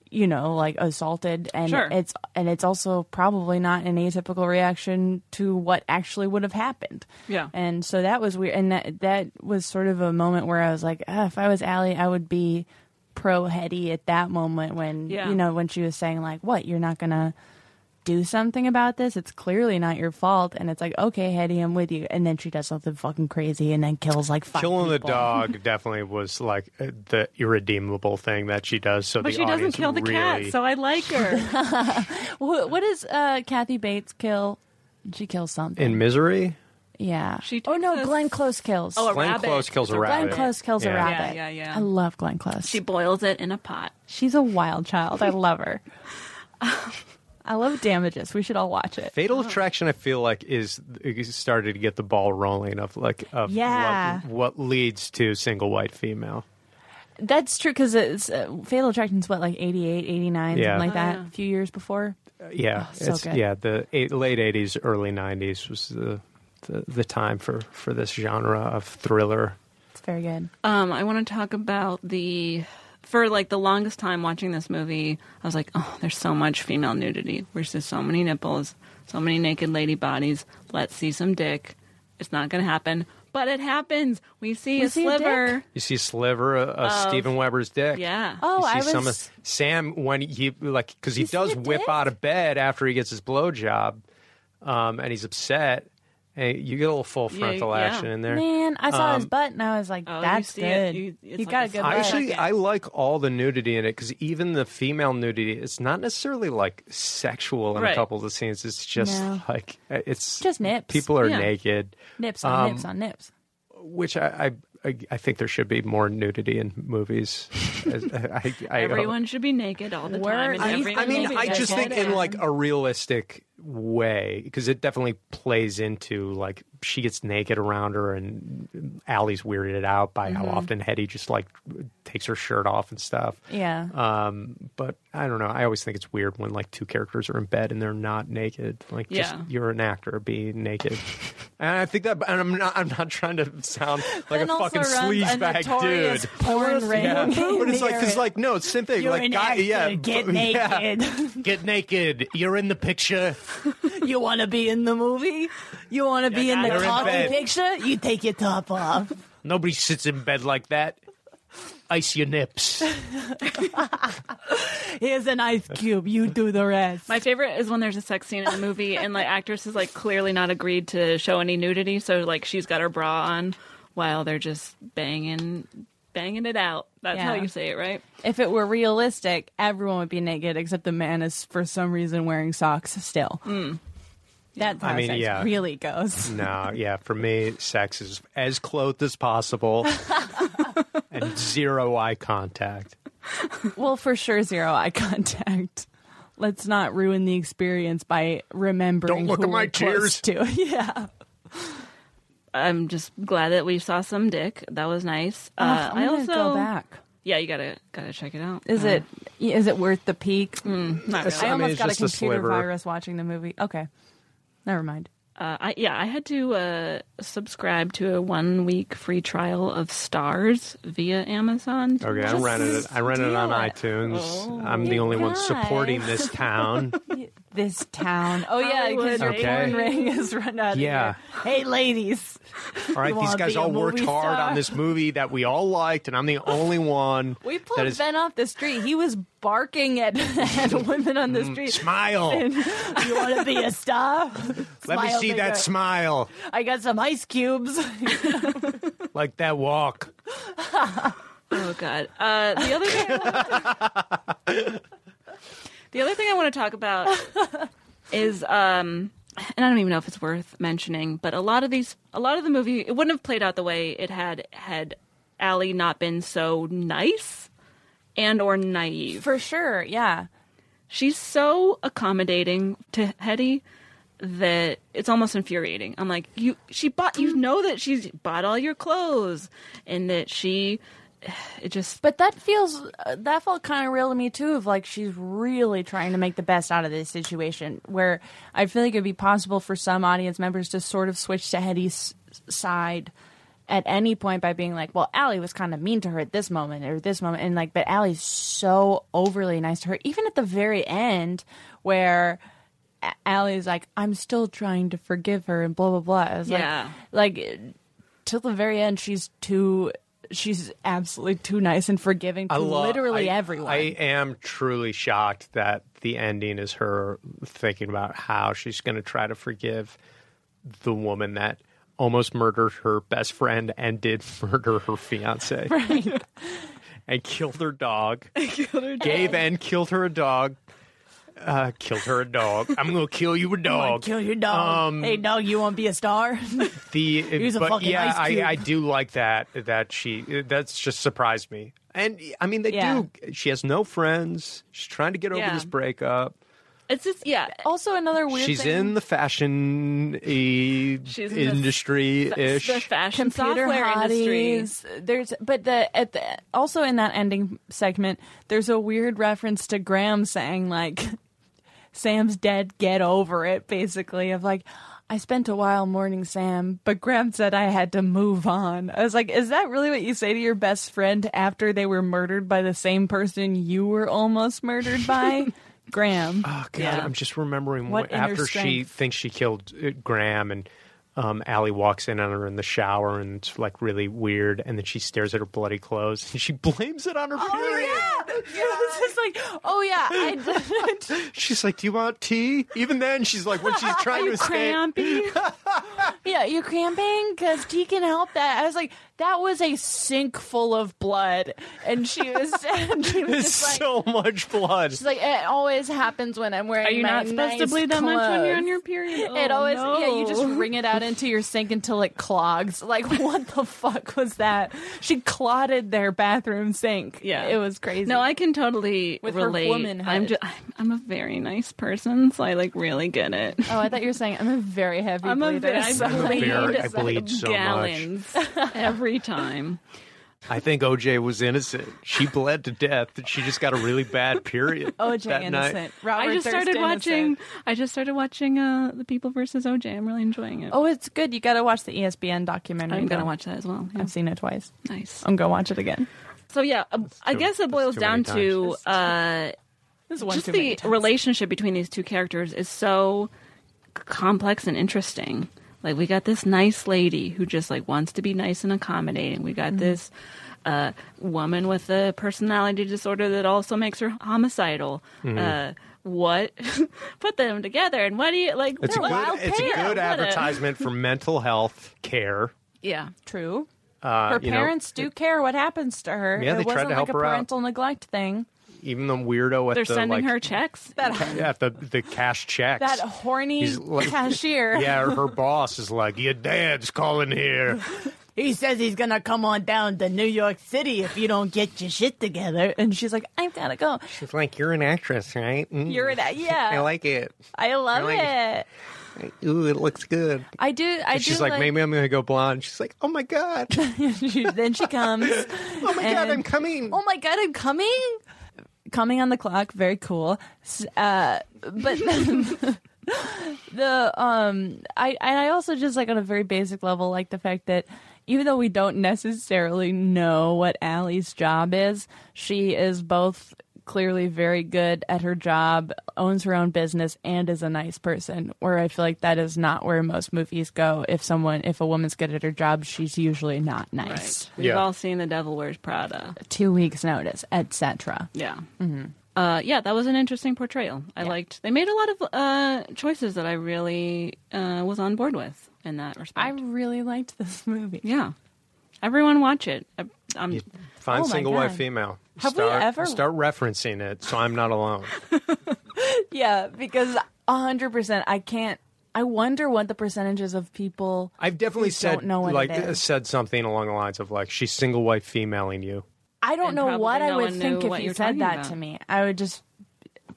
S2: you know, like assaulted, and
S3: Sure.
S2: it's and it's also probably not an atypical reaction to what actually would have happened.
S3: Yeah.
S2: And so that was weird. And that, that was sort of a moment where I was like, ah, if I was Allie, I would be pro Hetty at that moment when,
S3: Yeah.
S2: you know, when she was saying, like, what, you're not going to do something about this? It's clearly not your fault. And it's like, okay, Hetty, I'm with you. And then she does something fucking crazy and then kills like five
S8: killing the
S2: people.
S8: dog definitely was like uh, the irredeemable thing that she does so
S3: But
S8: the
S3: she doesn't
S8: audience
S3: kill the
S8: really,
S3: cat, so I like her.
S2: What, what does uh, Kathy Bates kill? She kills something.
S8: in misery
S2: yeah.
S3: She
S2: oh, no,
S3: takes a-
S2: Glenn Close kills.
S3: Oh, a
S8: Glenn
S3: rabbit.
S8: Close kills a
S2: Glenn
S8: rabbit.
S2: Close kills
S8: Yeah.
S2: a rabbit.
S3: Yeah, yeah, yeah.
S2: I love Glenn Close.
S3: She boils it in a pot.
S2: She's a wild child. I love her. I love Damages. We should all watch it.
S3: Oh.
S8: Fatal Attraction, I feel like, is is started to get the ball rolling of like of
S2: Yeah.
S8: what, what leads to single white female.
S2: That's true because it's uh, Fatal Attraction's what like 88, 89,
S8: Yeah.
S2: something like
S8: Oh,
S2: that. A few years before.
S3: Oh,
S8: yeah,
S9: so
S8: it's
S9: good.
S8: yeah. The eight, late '80s, early '90s was the, the the time for for this genre of thriller.
S9: It's very good.
S3: Um, I want to talk about the for like the longest time watching this movie, I was like, oh, there's so much female nudity. There's just so many nipples, so many naked lady bodies. Let's see some dick. It's not going to happen, but it happens. We see a
S2: see a dick?
S3: sliver.
S8: You see a sliver uh, of, of Stephen Weber's dick.
S3: yeah.
S2: Oh,
S8: You
S2: I
S8: see some
S2: was-
S8: of- Sam when he like because he
S2: You see
S8: does
S2: the
S8: whip
S2: dick?
S8: out of bed after he gets his blowjob, um, and he's upset. And you get a little full frontal
S3: yeah.
S8: action in there.
S2: Man, I saw his butt and I was like,
S3: oh, you
S2: "That's
S3: see
S2: good.
S3: it.
S2: You,
S3: You- it's like
S2: got
S3: a
S2: a good."
S3: side
S8: Um, I
S2: butt.
S8: actually
S3: Second.
S8: I like all the nudity in it because even the female nudity, it's not necessarily like sexual in a
S3: Right.
S8: couple of the scenes. It's just
S2: No.
S8: like it's
S2: Just nips.
S8: People are
S3: Yeah.
S8: naked,
S2: nips on
S8: um,
S2: nips on nips.
S8: which I, I I- I think there should be more nudity in movies. I, I, I-
S3: Everyone should be naked all the
S2: Where
S3: time. in
S2: are you
S3: every
S8: I mean,
S2: Maybe
S8: I
S2: that's
S8: just
S2: what
S8: think
S2: it
S8: in
S2: is.
S8: like a realistic way because it definitely plays into like she gets naked around her and Allie's weirded out by how
S2: Mm-hmm.
S8: often Hetty just like takes her shirt off and stuff.
S2: Yeah.
S8: Um, but I don't know. I always think it's weird when like two characters are in bed and they're not naked. Like, just
S3: Yeah.
S8: you're an actor, be naked. and I think that, and I'm not, I'm not trying to sound like
S2: Then
S8: a
S2: also
S8: fucking
S2: runs a
S8: sleazebag
S2: notorious
S8: dude.
S2: Porn ring.
S8: Yeah, but it's like because like no, it's same thing.
S2: You're
S8: like
S2: an
S8: guy,
S2: actor,
S8: yeah,
S2: get
S8: but- yeah.
S2: naked.
S10: Get naked. You're in the picture.
S2: you want to be in the movie? You want to be in the
S10: You're in
S2: talking
S10: bed.
S2: picture? You take your top off.
S10: Nobody sits in bed like that. Ice your nips.
S2: Here's an ice cube. You do the rest.
S3: My favorite is when there's a sex scene in a movie and like actress is like clearly not agreed to show any nudity, so like she's got her bra on while they're just banging banging it out. That's how
S2: Yeah.
S3: you say it, right?
S2: If it were realistic, everyone would be naked, except the man is for some reason wearing socks still. That's how
S8: I mean,
S2: sex
S8: yeah.
S2: really goes.
S8: No, yeah. For me, sex is as clothed as possible and zero eye contact.
S2: well, for sure, zero eye contact. Let's not ruin the experience by
S8: Don't
S2: remembering.
S8: look
S2: who
S8: at my
S2: we're close To. Yeah,
S3: I'm just glad that we saw some dick. That was nice. Uh,
S2: I'm
S3: I
S2: gonna
S3: also
S2: go back.
S3: yeah, you gotta gotta check it out.
S2: Is
S3: Uh, mm,
S2: it is it worth the peak?
S3: Not really.
S2: I
S8: mean,
S2: almost
S8: it's
S2: got a
S8: just a
S2: computer
S8: sliver.
S2: virus watching the movie. Okay, never mind.
S3: Uh, I, yeah, I had to uh, subscribe to a one week free trial of Stars via Amazon.
S8: Okay, I
S2: Just
S8: rented it. I rented it on
S2: steal it. Oh,
S8: iTunes. I'm the only one
S2: guys.
S8: supporting this town.
S2: This town. Oh yeah, because
S3: Hollywood,
S2: your
S8: Okay.
S2: porn ring is run out. of
S8: Yeah.
S2: here. Hey, ladies.
S8: All right,
S2: You
S8: these
S2: wanna
S8: guys
S2: be a
S8: all worked
S2: movie
S8: hard
S2: star?
S8: on this movie that we all liked, and I'm the only one
S2: We
S8: that
S2: pulled
S8: is
S2: Ben off the street. He was barking at, at women on the street.
S10: Smile.
S2: you want to be a star?
S10: Let me
S2: Smile
S10: see
S2: bigger.
S10: that smile.
S2: I got some ice cubes.
S10: Like that walk.
S3: Oh God. Uh, the other thing. I wanted to- the other thing I want to talk about is, um, and I don't even know if it's worth mentioning, but a lot of these, a lot of the movie, it wouldn't have played out the way it had had Allie not been so nice and or naive.
S2: For sure, yeah.
S3: She's so accommodating to Hetty that it's almost infuriating. I'm like, you she bought you know that she's bought all your clothes and that she it just
S2: But that feels uh, that felt kind of real to me too. Of like she's really trying to make the best out of this situation. Where I feel like it'd be possible for some audience members to sort of switch to Hetty's side at any point by being like, "Well, Allie was kind of mean to her at this moment or this moment," and like, but Allie's so overly nice to her, even at the very end where. A- Allie's like, I'm still trying to forgive her and blah blah blah. I was
S3: Yeah.
S2: like, like till the very end, she's too. She's absolutely too nice and forgiving to
S8: I lo-
S2: literally
S8: I-
S2: everyone.
S8: I am truly shocked that the ending is her thinking about how she's going to try to forgive the woman that almost murdered her best friend and did murder her fiance and killed her dog. Gave and killed her a dog. Uh, killed her a dog. I'm gonna kill you a dog.
S2: Kill your dog.
S8: Um,
S2: hey, dog, you want to be a star?
S8: the uh,
S2: a
S8: but
S2: fucking
S8: yeah,
S2: ice cube.
S8: I, I do like that. That she that's just surprised me. And I mean, they
S2: Yeah.
S8: do. She has no friends. She's trying to get over
S3: Yeah.
S8: this breakup.
S3: it's just yeah,
S2: also, another weird
S8: She's
S2: thing.
S8: in the fashion eh,
S3: She's in the
S8: industry ish.
S3: the fashion
S2: computer
S3: software industry.
S2: hotties. There's, but the at the also in that ending segment, there's a weird reference to Graham saying like. Sam's dead, get over it, basically, of like, I spent a while mourning Sam, but Graham said I had to move on. I was like, is that really what you say to your best friend after they were murdered by the same person you were almost murdered by? Graham.
S8: Oh God,
S3: Yeah.
S8: I'm just remembering what
S2: What inner
S8: after she
S2: strength.
S8: thinks she killed uh, Graham and um, Allie walks in on her in the shower and it's like really weird, and then she stares at her bloody clothes and she blames it on her
S2: Oh,
S8: period.
S2: It's just like, oh yeah, I did it.
S8: She's like, "Do you want tea?" Even then, she's like, when she's trying to escape.
S3: Crampy.
S2: yeah, you're cramping because tea can help that. I was like, that was a sink full of blood, and she was, and she was
S8: There's
S2: just like,
S8: so much blood.
S2: she's like, it always happens when I'm wearing.
S3: Are you
S2: my
S3: not supposed to
S2: nice
S3: bleed that much when you're on
S2: clothes."
S3: your period?
S2: It
S3: Oh,
S2: always,
S3: no.
S2: yeah, you just wring it out into your sink until it clogs. Like, what the fuck was that? She clotted their bathroom sink.
S3: Yeah.
S2: It was crazy.
S3: No, I can totally
S2: With her
S3: relate.
S2: womanhood.
S3: I'm just, I'm, I'm a very nice person, so I like really get it.
S2: Oh, I thought you were saying I'm a very heavy
S3: I'm a
S2: bleeder.
S3: very
S2: so-
S8: bleed very- I
S3: like
S8: bleed so much.
S3: gallons every time.
S8: I think OJ was innocent. She bled to death. She just got a really bad period.
S2: OJ
S8: that
S2: innocent.
S8: Night.
S2: Robert
S3: I just
S2: Thirst
S3: started watching.
S2: innocent.
S3: I just started watching uh, the People versus OJ. I'm really enjoying it.
S2: Oh, it's good. You got to watch the E ESPN documentary.
S3: I'm gonna
S2: though.
S3: watch that as well. Yeah.
S2: I've seen it twice.
S3: Nice.
S2: I'm gonna watch it again.
S3: So yeah, uh, I
S8: too-
S3: guess it
S8: that's
S3: boils
S8: too
S3: down
S8: many
S3: to uh,
S2: This is one
S3: just
S2: too
S3: the
S2: many times.
S3: relationship between these two characters is so c- complex and interesting. Like we got this nice lady who just like wants to be nice and accommodating. We
S2: Mm-hmm.
S3: got this uh, woman with a personality disorder that also makes her homicidal.
S8: Mm-hmm.
S3: Uh, what put them together and what do you like?
S8: It's a
S3: what-
S8: good. It's a
S3: yeah,
S8: good
S3: what
S8: advertisement for mental health care.
S3: yeah,
S2: True.
S8: Uh,
S2: her
S8: you know,
S2: parents do care what happens to her.
S8: Yeah, they
S2: it
S8: tried
S2: wasn't
S8: to help
S2: like a
S8: her out.
S2: parental neglect thing.
S8: even the weirdo at
S3: they're
S8: the
S3: sending
S8: like,
S3: her checks.
S8: at the the cash checks.
S2: That horny
S8: He's like-
S2: cashier.
S8: yeah, her boss is like, "Your dad's calling here."
S2: He says he's gonna come on down to New York City if you don't get your shit together. And she's like, I've gotta go.
S8: She's like, "You're an actress, right? Mm.
S2: You're an yeah. I,
S8: like it.
S2: love
S8: I like
S2: it.
S8: Ooh, it looks good."
S2: I do. I
S8: She's
S2: do
S8: like, "Maybe I'm gonna go blonde." She's like, "Oh my god, oh
S2: then she comes. oh
S8: my god, I'm coming."
S2: oh my god i'm coming coming on the clock very cool S- uh, but the um i and i also just like on a very basic level like the fact that even though we don't necessarily know what Allie's job is, she is both clearly very good at her job, owns her own business, and is a nice person. Where I feel like that is not where most movies go. If someone, if a woman's good at her job, she's usually not nice
S3: We've
S8: Yeah.
S3: all seen The Devil Wears Prada.
S2: two weeks notice etc
S3: Yeah.
S2: Mm-hmm.
S3: Uh, yeah, that was an interesting portrayal. I liked. They made a lot of uh, choices that I really uh, was on board with in that
S2: i
S3: respect.
S2: really liked this movie
S3: yeah, everyone watch it. I, I'm,
S8: Find
S2: Oh my
S8: single wife
S2: God.
S8: female.
S2: Have we
S8: start,
S2: ever-
S8: start referencing it so I'm not alone?
S2: yeah because 100% i can't i wonder what the percentages of people
S8: I've definitely
S2: who
S8: said
S2: don't know what
S8: like
S2: it is.
S8: said something along the lines of like she's single wife femaling you.
S2: i don't
S3: And
S2: know what
S3: probably
S2: i
S3: no
S2: would
S3: one
S2: think
S3: knew
S2: if
S3: what
S2: you
S3: you're
S2: said
S3: talking
S2: that
S3: about.
S2: to me i would just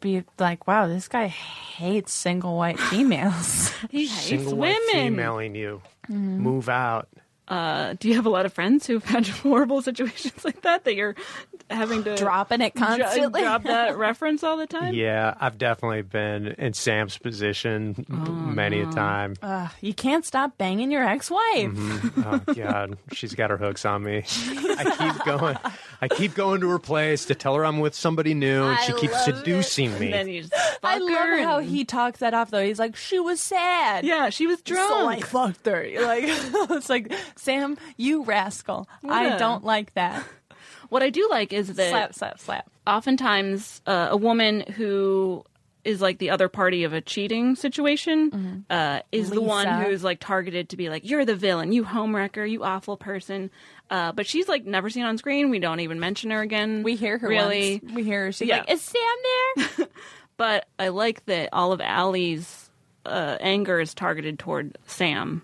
S2: be like wow this guy hates single white females
S3: he hates
S8: single wife
S3: women.
S8: femaling you.
S2: Mm-hmm.
S8: Move out.
S3: Uh, do you have a lot of friends who've had horrible situations like that that you're having to
S2: dropping it
S3: dro-
S2: constantly
S3: drop that reference all the time?
S8: Yeah, I've definitely been in Sam's position
S2: Oh,
S8: many a time.
S2: Ugh, you can't stop banging your ex-wife
S3: Mm-hmm.
S8: Oh God, she's got her hooks on me. I keep going. I keep going to her place to tell her I'm with somebody new, and she
S2: I
S8: keeps
S2: love it.
S8: seducing
S3: And
S8: me.
S3: then you just fuck
S2: i
S3: her
S2: love how
S3: and-
S2: he talks that off though he's like she was sad
S3: Yeah, she was drunk.
S2: So I fucked her. Like it's like Sam, you rascal. I
S3: Yeah.
S2: don't like that.
S3: what I do like is that
S2: slap, slap, slap.
S3: oftentimes uh, a woman who is like the other party of a cheating situation uh, is the one
S2: Mm-hmm. Lisa.
S3: who's like targeted to be like you're the villain you homewrecker you awful person uh, but she's like never seen on screen we don't even mention her again
S2: We hear her.
S3: really
S2: once. We hear her. She's
S3: Yeah.
S2: like, "Is Sam there?"
S3: but i like that all of allie's uh, anger is targeted toward sam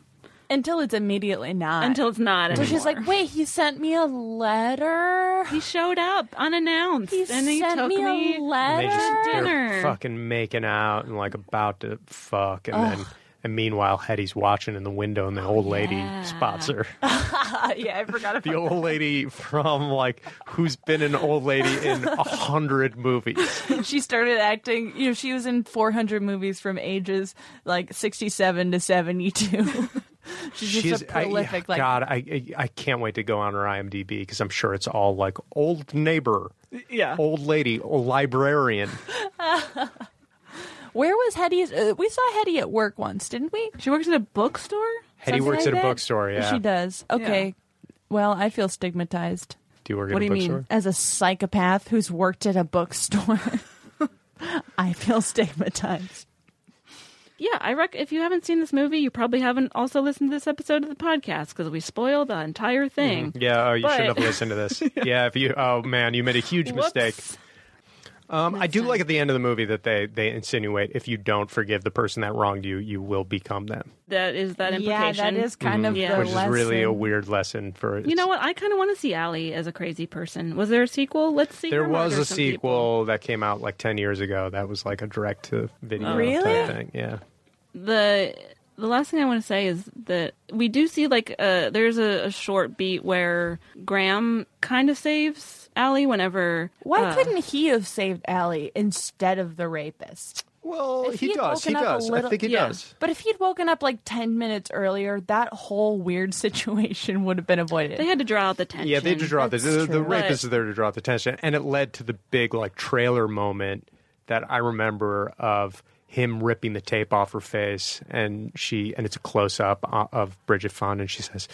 S2: Until it's immediately not.
S3: until it's not
S2: so she's
S3: anymore.
S2: like, "Wait, he sent me a letter.
S3: he showed up unannounced
S2: He
S3: and he
S2: sent
S3: took
S2: me a
S3: me
S8: And
S2: letter."
S8: they just they're
S3: Dinner.
S8: fucking making out and like about to fuck, and then And meanwhile, Hetty's watching in the window, and the old lady spots her.
S2: Uh, yeah, I forgot
S8: the
S2: about
S8: old lady from like who's been an old lady in a hundred movies.
S2: She started acting, you know, she was in 400 movies from ages like 67 to 72. She's just a
S8: I- uh, yeah,
S2: prolific, like,
S8: God, I, I I can't wait to go on her IMDb because I'm sure it's all like old neighbor,
S2: yeah.
S8: old lady, old librarian.
S2: Where was Hetty? Uh, we saw Hetty at work once, didn't we?
S3: She works at a bookstore.
S8: Hetty
S2: Something
S8: works
S2: like
S8: at a
S2: that?
S8: bookstore. Yeah,
S2: She does. Okay.
S3: Yeah.
S2: Well, I feel stigmatized
S8: Do you work
S3: What
S8: at a
S3: do you mean?
S8: bookstore?
S2: as a psychopath who's worked at a bookstore. I feel stigmatized.
S3: Yeah, I rec. If you haven't seen this movie, you probably haven't also listened to this episode of the podcast because we spoil the entire thing.
S8: Yeah, oh, you
S3: But-
S8: shouldn't have listened to this. yeah. if you, oh man, you made a huge
S3: Whoops.
S8: mistake. Um, I do like at the end of the movie that they they insinuate if you don't forgive the person that wronged you, you will become them,
S3: That is that
S2: Yeah,
S3: implication.
S2: that is kind of
S3: Yeah.
S2: the
S8: Mm-hmm. which is really a
S2: lesson.
S8: weird lesson for.
S3: You know what? I kind of want to see Allie as a crazy person. Was there a sequel? Let's see.
S8: There
S3: her
S8: was
S3: murder
S8: a
S3: some
S8: sequel
S3: people.
S8: that came out like ten years ago that was like a direct to video
S2: Really?
S8: type thing. Yeah.
S3: the the last thing I want to say is that we do see like uh, there's a, a short beat where Graham kind of saves Allie whenever.
S2: Why
S3: uh,
S2: couldn't he have saved Allie instead of the rapist?
S8: Well,
S2: If
S8: he,
S2: he had
S8: does. He
S2: woken up a
S8: does. I
S2: little-
S8: think he
S3: yeah.
S8: does.
S2: But if he'd woken up like 10 minutes earlier, that whole weird situation would have been avoided.
S3: they had to draw out the tension?
S8: Yeah, they had to draw the,
S2: That's
S8: the, the
S2: true.
S8: rapist
S3: But-
S8: is there to draw the attention, and it led to the big like trailer moment that I remember of him ripping the tape off her face, and she and it's a close up of Bridget Fonda, and she says,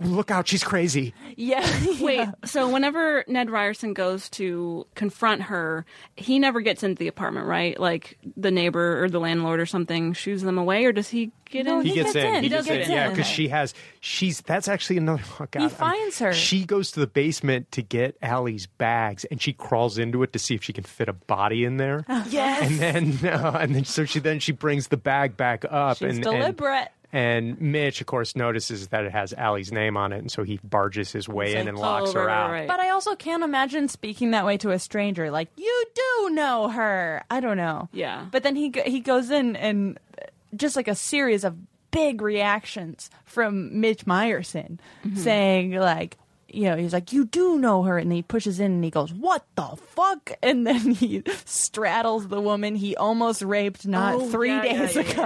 S8: "Look out, she's crazy."
S2: yeah.
S3: Wait, so whenever Ned Ryerson goes to confront her, he never gets into the apartment, right? Like the neighbor or the landlord or something shoos them away, or does he get
S2: No,
S3: in?
S8: He, gets, in. He,
S3: does
S8: gets in.
S3: get
S8: Yeah,
S3: in.
S8: because she has. She's. That's actually another. Oh, God, I'm-
S2: finds her.
S8: She goes to the basement to get Allie's bags, and she crawls into it to see if she can fit a body in there.
S2: Yes.
S8: and then uh, and then so she then she brings the bag back up
S2: She's
S8: and
S2: deliberate.
S8: And, and Mitch, of course, notices that it has Allie's name on it, and so he barges his way in and locks
S3: oh,
S8: her
S3: right,
S8: out.
S3: right, right.
S2: But I also can't imagine speaking that way to a stranger. Like you do know her. I don't know.
S3: Yeah.
S2: But then he go- he goes in and uh, just like a series of big reactions from Mitch Meyerson
S3: Mm-hmm.
S2: saying like. You know, he's like, you do know her, and he pushes in and he goes, "What the fuck?" And then he straddles the woman he almost raped not
S3: Oh,
S2: three
S3: yeah, yeah,
S2: days
S3: yeah,
S2: ago,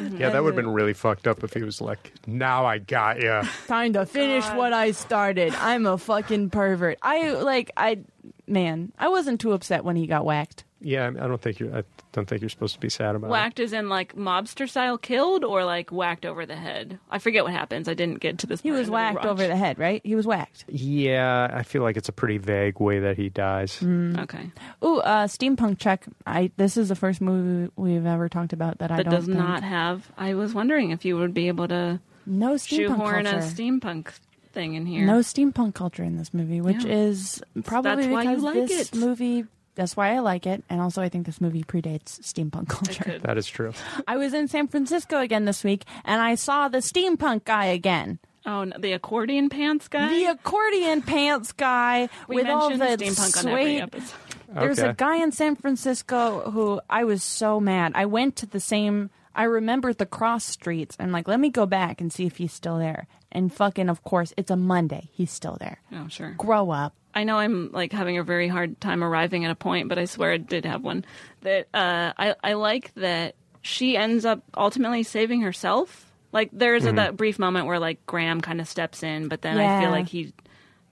S3: yeah,
S8: Yeah, that would have been really fucked up if he was like, "Now I got you."
S2: trying to finish what I started. I'm a fucking pervert. I like, I man, I wasn't too upset when he got whacked.
S8: yeah, I don't think you're. I don't think you're supposed to be sad about
S3: whacked is in like mobster style killed or like whacked over the head. I forget what happens. I didn't get to this.
S2: He
S3: part
S2: was
S3: in
S2: whacked
S3: rewatch.
S2: over the head, right? He was whacked.
S8: it. Yeah, I feel like it's a pretty vague way that he dies.
S3: Okay,
S2: Ooh, uh, steampunk check. I this is the first movie we've ever talked about that I
S3: that
S2: don't
S3: does
S2: think-
S3: not have. I was wondering if you would be able to
S2: no steampunk
S3: shoehorn
S2: culture.
S3: a steampunk thing in here.
S2: no steampunk culture in this movie, which
S3: Yeah.
S2: is probably
S3: That's why you
S2: because
S3: like
S2: this
S3: it.
S2: movie. That's why I like it, and also I think this movie predates steampunk culture.
S8: That is true.
S2: I was in San Francisco again this week, and I saw the steampunk guy again.
S3: Oh, no, the accordion pants guy.
S2: the accordion pants guy
S3: we
S2: with all
S3: mentioned
S2: the
S3: steampunk
S2: suede.
S3: on every episode.
S2: There's a
S8: Okay.
S2: guy in San Francisco who I was so mad. I went to the same. I remembered the cross streets and like, let me go back and see if he's still there. And fucking, of course, it's a Monday. He's still there.
S3: Oh, sure.
S2: Grow up.
S3: I know I'm like having a very hard time arriving at a point, but I swear I did have one. That uh, I I like that she ends up ultimately saving herself. Like there's a, that brief moment where like Graham kind of steps in, but then I
S2: Yeah.
S3: feel like he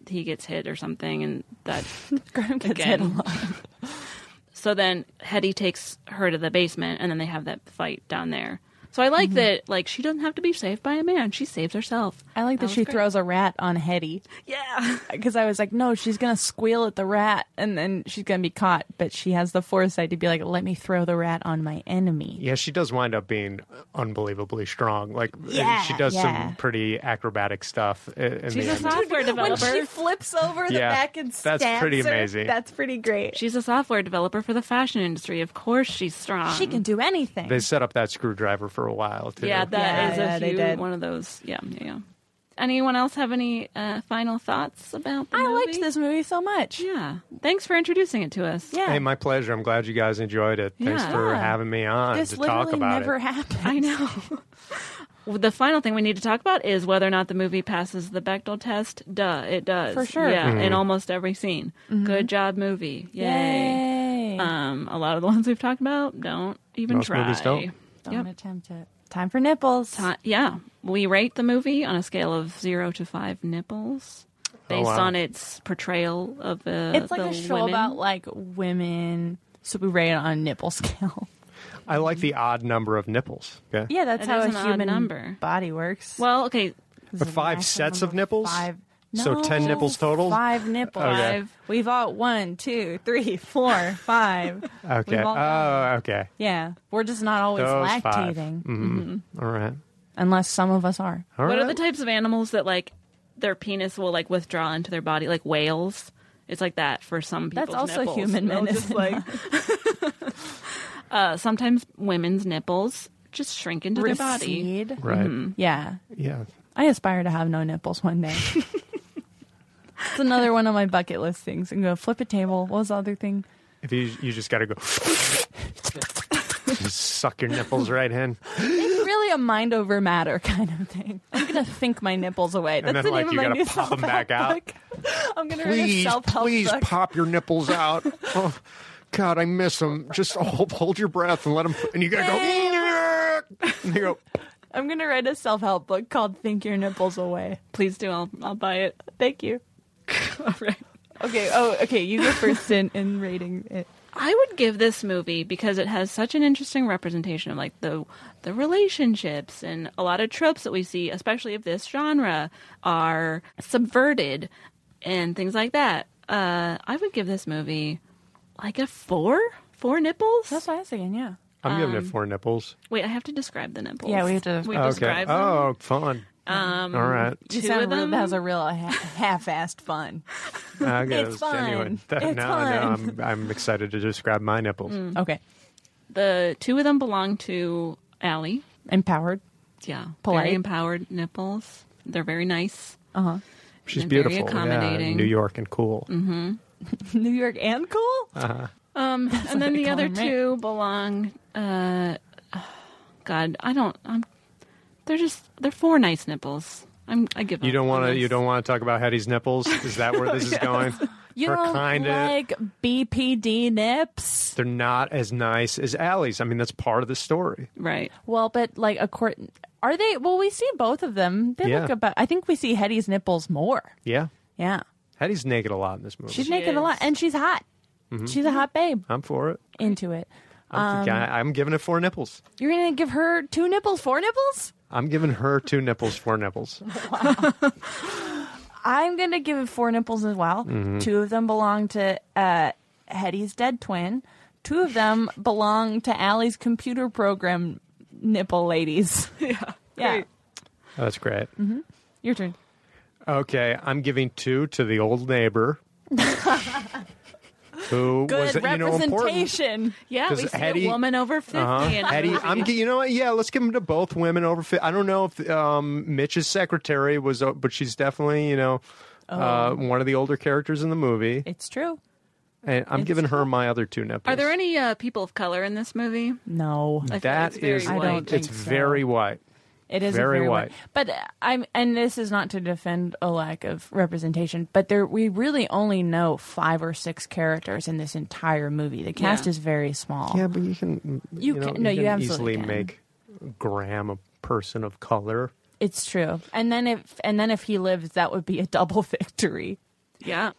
S3: he gets hit or something, and that
S2: Graham gets hit
S3: Again.
S2: a lot.
S3: So then Hetty takes her to the basement, and then they have that fight down there. So I like
S2: Mm-hmm.
S3: that, like she doesn't have to be saved by a man; she saves herself.
S2: I like that,
S3: was
S2: she
S3: great.
S2: throws a rat on Hetty
S3: Yeah,
S2: because I was like, no, she's gonna squeal at the rat and then she's gonna be caught. But she has the foresight to be like, let me throw the rat on my enemy.
S8: Yeah, she does wind up being unbelievably strong. Like
S2: Yeah,
S8: she does
S2: yeah.
S8: some pretty acrobatic stuff. i- In
S3: she's
S8: the
S3: a
S8: end.
S3: software
S2: when
S3: developer.
S2: she flips over the
S8: Yeah,
S2: back and stabs
S8: that's pretty
S2: her,
S8: amazing.
S2: That's pretty great.
S3: she's a software developer for the fashion industry. Of course, she's strong.
S2: She can do anything.
S8: They set up that screwdriver for a while too.
S3: Yeah,
S2: Yeah,
S3: that is
S2: yeah,
S3: a
S2: they
S3: huge
S2: did.
S3: one of those. Yeah, yeah. yeah. Anyone else have any uh, final thoughts about the
S2: I
S3: movie?
S2: liked this movie so much.
S3: Yeah. Thanks for introducing it to us.
S2: Yeah.
S8: Hey, my pleasure. I'm glad you guys enjoyed it. Thanks
S3: Yeah.
S8: for having me on
S2: this
S8: to talk
S2: literally
S8: about
S2: never
S8: it.
S2: happened.
S3: I know. Well, the final thing we need to talk about is whether or not the movie passes the Bechdel test. Duh, it does.
S2: For sure. Mm-hmm.
S3: Yeah,
S8: Mm-hmm.
S3: in almost every scene. Good job, movie. Yay.
S2: Yay.
S3: Um, a lot of the ones we've talked about don't even
S8: Most
S3: try.
S8: movies don't.
S2: Don't
S3: yep.
S2: attempt it. Time for nipples.
S3: Uh, yeah, we rate the movie on a scale of zero to five nipples based
S8: Oh, wow.
S3: on its portrayal of uh,
S2: It's like
S3: the
S2: a show
S3: women.
S2: about like women. So we rate it on a nipple scale.
S8: I like the odd number of nipples. Yeah.
S2: yeah, that's
S3: It
S2: how
S3: is
S2: a
S3: an odd
S2: human
S3: number.
S2: body works.
S3: Well, okay,
S8: But five sets of nipples?
S2: Five.
S8: So 10 nipples total?
S2: Five nipples.
S8: Okay.
S3: Five.
S2: We've all one, two, three, four, five.
S8: Okay.
S2: We've all
S8: Oh, okay.
S2: Yeah, we're just not always
S8: Those five. Mm-hmm.
S2: lactating,
S8: All right.
S2: unless some of us are.
S8: All
S3: what
S8: right.
S3: are the types of animals that like their penis will like withdraw into their body, like whales? It's like that for some people.
S2: That's also human men, is it
S3: like uh, sometimes women's nipples just shrink into their body.
S2: Recede.
S8: right.
S2: Mm. Yeah,
S8: Yeah.
S2: I aspire to have no nipples one day. it's another one of my bucket list things. I'm gonna flip a table. What was the other thing?
S8: If you you just got to go Just suck your nipples right in.
S2: It's really a mind over matter kind of thing. I'm gonna think my nipples away. That's
S8: And then,
S2: the
S8: like,
S2: name
S8: you
S2: of my
S8: gotta
S2: new
S8: pop 'em
S2: self-help
S8: back out.
S2: book. I'm gonna read a
S8: Please,
S2: self-help
S8: please
S2: book.
S8: pop your nipples out. Oh, God, I miss them. Just hold, hold your breath and let them. And you got to go. And they go.
S2: I'm gonna write a self-help book called "Think Your Nipples Away."
S3: Please do. I'll I'll buy it.
S2: Thank you.
S3: All right.
S2: Okay. Oh, okay. You go first in in rating it.
S3: I would give this movie because it has such an interesting representation of like the the relationships and a lot of tropes that we see, especially of this genre, are subverted and things like that. Uh, I would give this movie like a four, four nipples.
S2: That's what I was thinking. Yeah.
S8: I'm giving
S2: Um,
S8: it four nipples.
S3: Wait, I have to describe the nipples.
S2: Yeah, we have to-
S3: We
S8: Okay.
S3: describe them.
S8: Oh, fun. Um, All right.
S2: You
S3: Two
S2: sound
S3: of
S2: real-
S3: them?
S2: That was a real ha- half-assed fun.
S8: I guess,
S2: fun.
S8: Anyway, that-
S2: It's
S8: no,
S2: fun. Mm.
S8: no, I'm, I'm excited to describe my nipples.
S2: Okay.
S3: The two of them belong to Allie.
S2: Empowered.
S3: Yeah,
S2: Polite.
S3: very empowered nipples. They're very nice.
S8: She's
S3: And very
S8: beautiful. yeah,
S3: accommodating.
S8: New York and cool.
S2: Mm-hmm. New York and cool.
S8: Uh,
S3: Um, and then
S2: they
S3: the
S2: call
S3: other
S2: them, right?
S3: two belong. Uh, God, I don't. I'm, they're just they're four nice nipples. I'm. I give.
S8: You
S3: up
S8: don't
S3: on
S8: want to.
S3: this.
S8: You don't want to talk about Hetty's nipples. Is that where this is going?
S2: you
S8: Her
S2: don't
S8: kinda-
S2: like BPD nips.
S8: They're not as nice as Allie's. I mean, that's part of the story.
S3: Right.
S2: Well, but like a court. Are they? Well, we see both of them. They
S8: Yeah.
S2: look about. I think we see Hetty's nipples more.
S8: Yeah,
S2: Yeah.
S8: Hetty's naked a lot in this movie.
S2: She's naked
S3: is.
S2: a lot, and she's hot.
S8: Mm-hmm.
S2: She's a hot babe.
S8: I'm for it.
S2: Into it.
S8: I'm,
S2: Um,
S8: I, am giving it four nipples.
S2: You're gonna give her two nipples, four nipples?
S8: I'm giving her two nipples, four nipples.
S2: I'm gonna give it four nipples as well. Two of them belong to uh, Hetty's dead twin. Two of them belong to Allie's computer program nipple ladies. Yeah. Yeah.
S8: That's great.
S2: Your turn.
S8: Okay, I'm giving two to the old neighbor. who was
S2: Good
S8: you know important
S2: representation.
S3: Yeah. We
S8: 'Cause
S3: see
S8: Hetty-
S3: a woman over 50
S8: Uh-huh.
S3: in the
S8: Hetty,
S3: movie.
S8: I'm. You know what? Yeah, let's give them to both women over. Fi- I don't know if um, Mitch's secretary was, uh, but she's definitely you know
S2: Oh.
S8: uh, one of the older characters in the movie.
S2: It's true.
S8: And I'm giving her my other two nipples.
S3: Are there any uh, people of color in this movie?
S2: No,
S3: I feel
S8: That
S3: it's very
S8: is,
S2: I
S3: white.
S2: don't
S8: it's
S2: think so.
S8: very white.
S2: it is
S8: very
S2: very
S8: white.
S2: white. But uh, I'm, and this is not to defend a lack of representation, but there we really only know five or six characters in this entire movie. The cast
S3: Yeah.
S2: is very small.
S8: Yeah, but you can.
S2: You
S8: know,
S2: can- no, you absolutely
S8: easily
S2: can.
S8: make Graham a person of color.
S2: It's true. And then if and then if he lives, that would be a double victory.
S3: Yeah.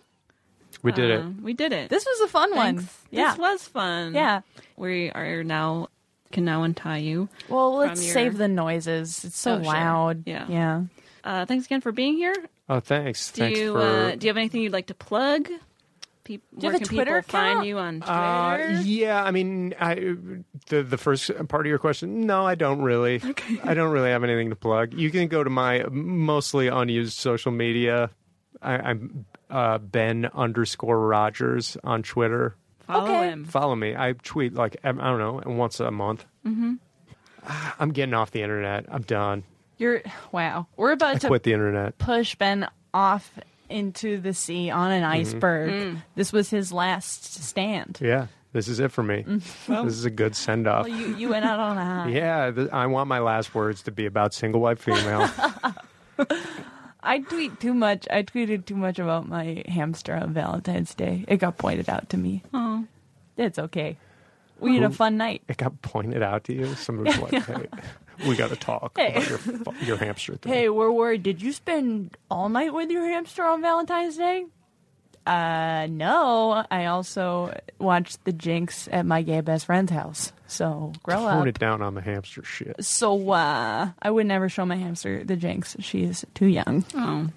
S8: We did
S2: Uh-huh.
S3: Uh,
S8: it.
S3: We did it.
S2: This was a fun one.
S3: Thanks.
S2: Yeah.
S3: This was fun.
S2: Yeah.
S3: We are now can now untie you.
S2: well, let's
S3: from your-
S2: save the noises. It's so
S3: Oh, sure.
S2: loud.
S3: Yeah.
S2: Yeah.
S3: Uh, thanks again for being here.
S8: Oh, thanks.
S3: Do
S8: thanks
S3: you
S8: for.
S3: uh, do you have anything you'd like to plug? Peop
S2: you
S3: where
S2: have a
S3: can
S2: Twitter
S3: people
S2: account?
S3: find you on Twitter?
S8: Uh, yeah, I mean, I, the the first part of your question, no, I don't really. I don't really have anything to plug. You can go to my mostly unused social media. I, I'm uh, Ben underscore Rogers on Twitter.
S3: Follow
S2: Okay.
S3: him.
S8: Follow me. I tweet Ah, like I don't know once a month. Mm-hmm. I'm getting off the internet. I'm done.
S2: You're wow. We're about to
S8: Quit the internet.
S2: push Ben off into the sea on an iceberg. This was his last stand.
S8: Mm-hmm. Yeah, this is it for me. this is a good send off.
S2: Mm. Well, you, you went out on a high.
S8: yeah, th- I want my last words to be about single white female.
S2: I tweet too much. I tweeted too much about my hamster on Valentine's Day. It got pointed out to me. Oh, it's okay. We had a
S8: Who-
S2: fun night.
S8: it got pointed out to you. Somebody's like, "Hey, we got to talk
S2: Hey.
S8: about your fu- your hamster thing."
S2: Hey, we're worried. Did you spend all night with your hamster on Valentine's Day? Uh, no. I also watched The Jinx at my gay best friend's house. So grow
S8: Tone
S2: up.
S8: it down on the hamster shit.
S2: So uh, I would never show my hamster The Jinx. She's too young.
S3: Oh.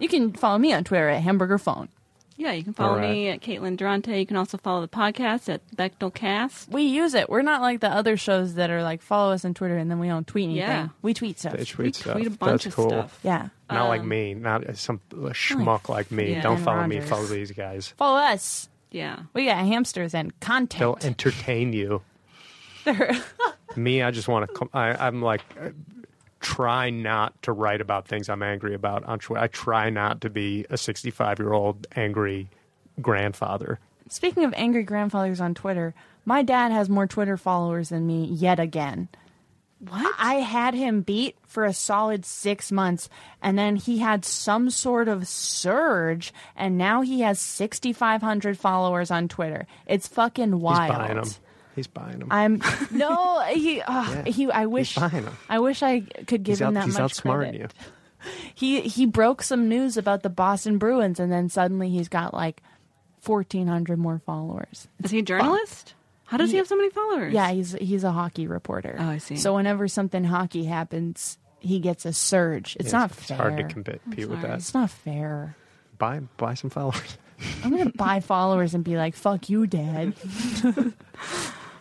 S2: You can follow me on Twitter at hamburger phone.
S3: Yeah, you can follow
S8: All right.
S3: me at Caitlin Durante. You can also follow the podcast at Bechtelcast.
S2: We use it. We're not like the other shows that are like follow us on Twitter and then we don't tweet anything.
S3: Yeah.
S2: We tweet stuff.
S8: They
S3: We
S8: tweet stuff.
S3: tweet a bunch
S8: That's
S3: of
S8: cool.
S3: stuff. Um,
S2: yeah.
S8: Not like me. Not uh, some schmuck like me.
S3: yeah.
S8: Don't
S2: Ben
S8: follow me.
S2: Rogers.
S8: Follow these guys.
S2: Follow us.
S3: Yeah.
S2: We got hamsters and content.
S8: They'll entertain you. me, I just want to. Com- I, I'm like, uh, try not to write about things I'm angry about on Twitter. I try not to be a 65 year old angry grandfather.
S2: Speaking of angry grandfathers on Twitter, my dad has more Twitter followers than me yet again. What? I had him beat for a solid six months, and then he had some sort of surge, and now he has 6,500 followers on Twitter. It's fucking
S8: He's
S2: wild.
S8: buying them. He's buying them.
S2: I'm no he. Uh, He. I wish.
S8: buying 'em.
S2: I wish I could give
S8: he's
S2: him
S8: out,
S2: that
S8: he's
S2: much
S8: outsmarting
S2: credit
S8: you.
S2: he he broke some news about the Boston Bruins, and then suddenly he's got like fourteen hundred more followers.
S3: Is he a journalist? How does he have so many followers?
S2: Yeah, he's he's a hockey reporter.
S3: Oh, I see.
S2: So whenever something hockey happens, he gets a surge. It's not
S8: it's
S2: fair.
S8: hard to compete with that.
S2: It's not fair.
S8: Buy buy some followers.
S2: I'm gonna buy followers and be like, "Fuck you, Dad."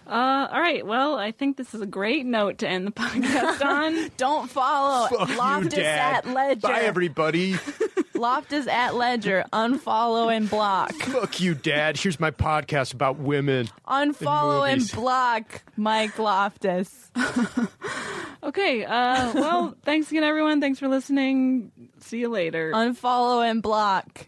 S3: Uh, all right. Well, I think this is a great note to end the podcast on.
S2: Don't follow Loftus at Ledger.
S8: Bye everybody.
S2: Loftus at Ledger. Unfollow and block.
S8: Fuck you, Dad. Here's my podcast about women.
S2: Unfollow
S8: In
S2: and
S8: movies.
S2: block Mike Loftus.
S3: Okay. Uh, well, thanks again, everyone. Thanks for listening. See you later.
S2: Unfollow and block.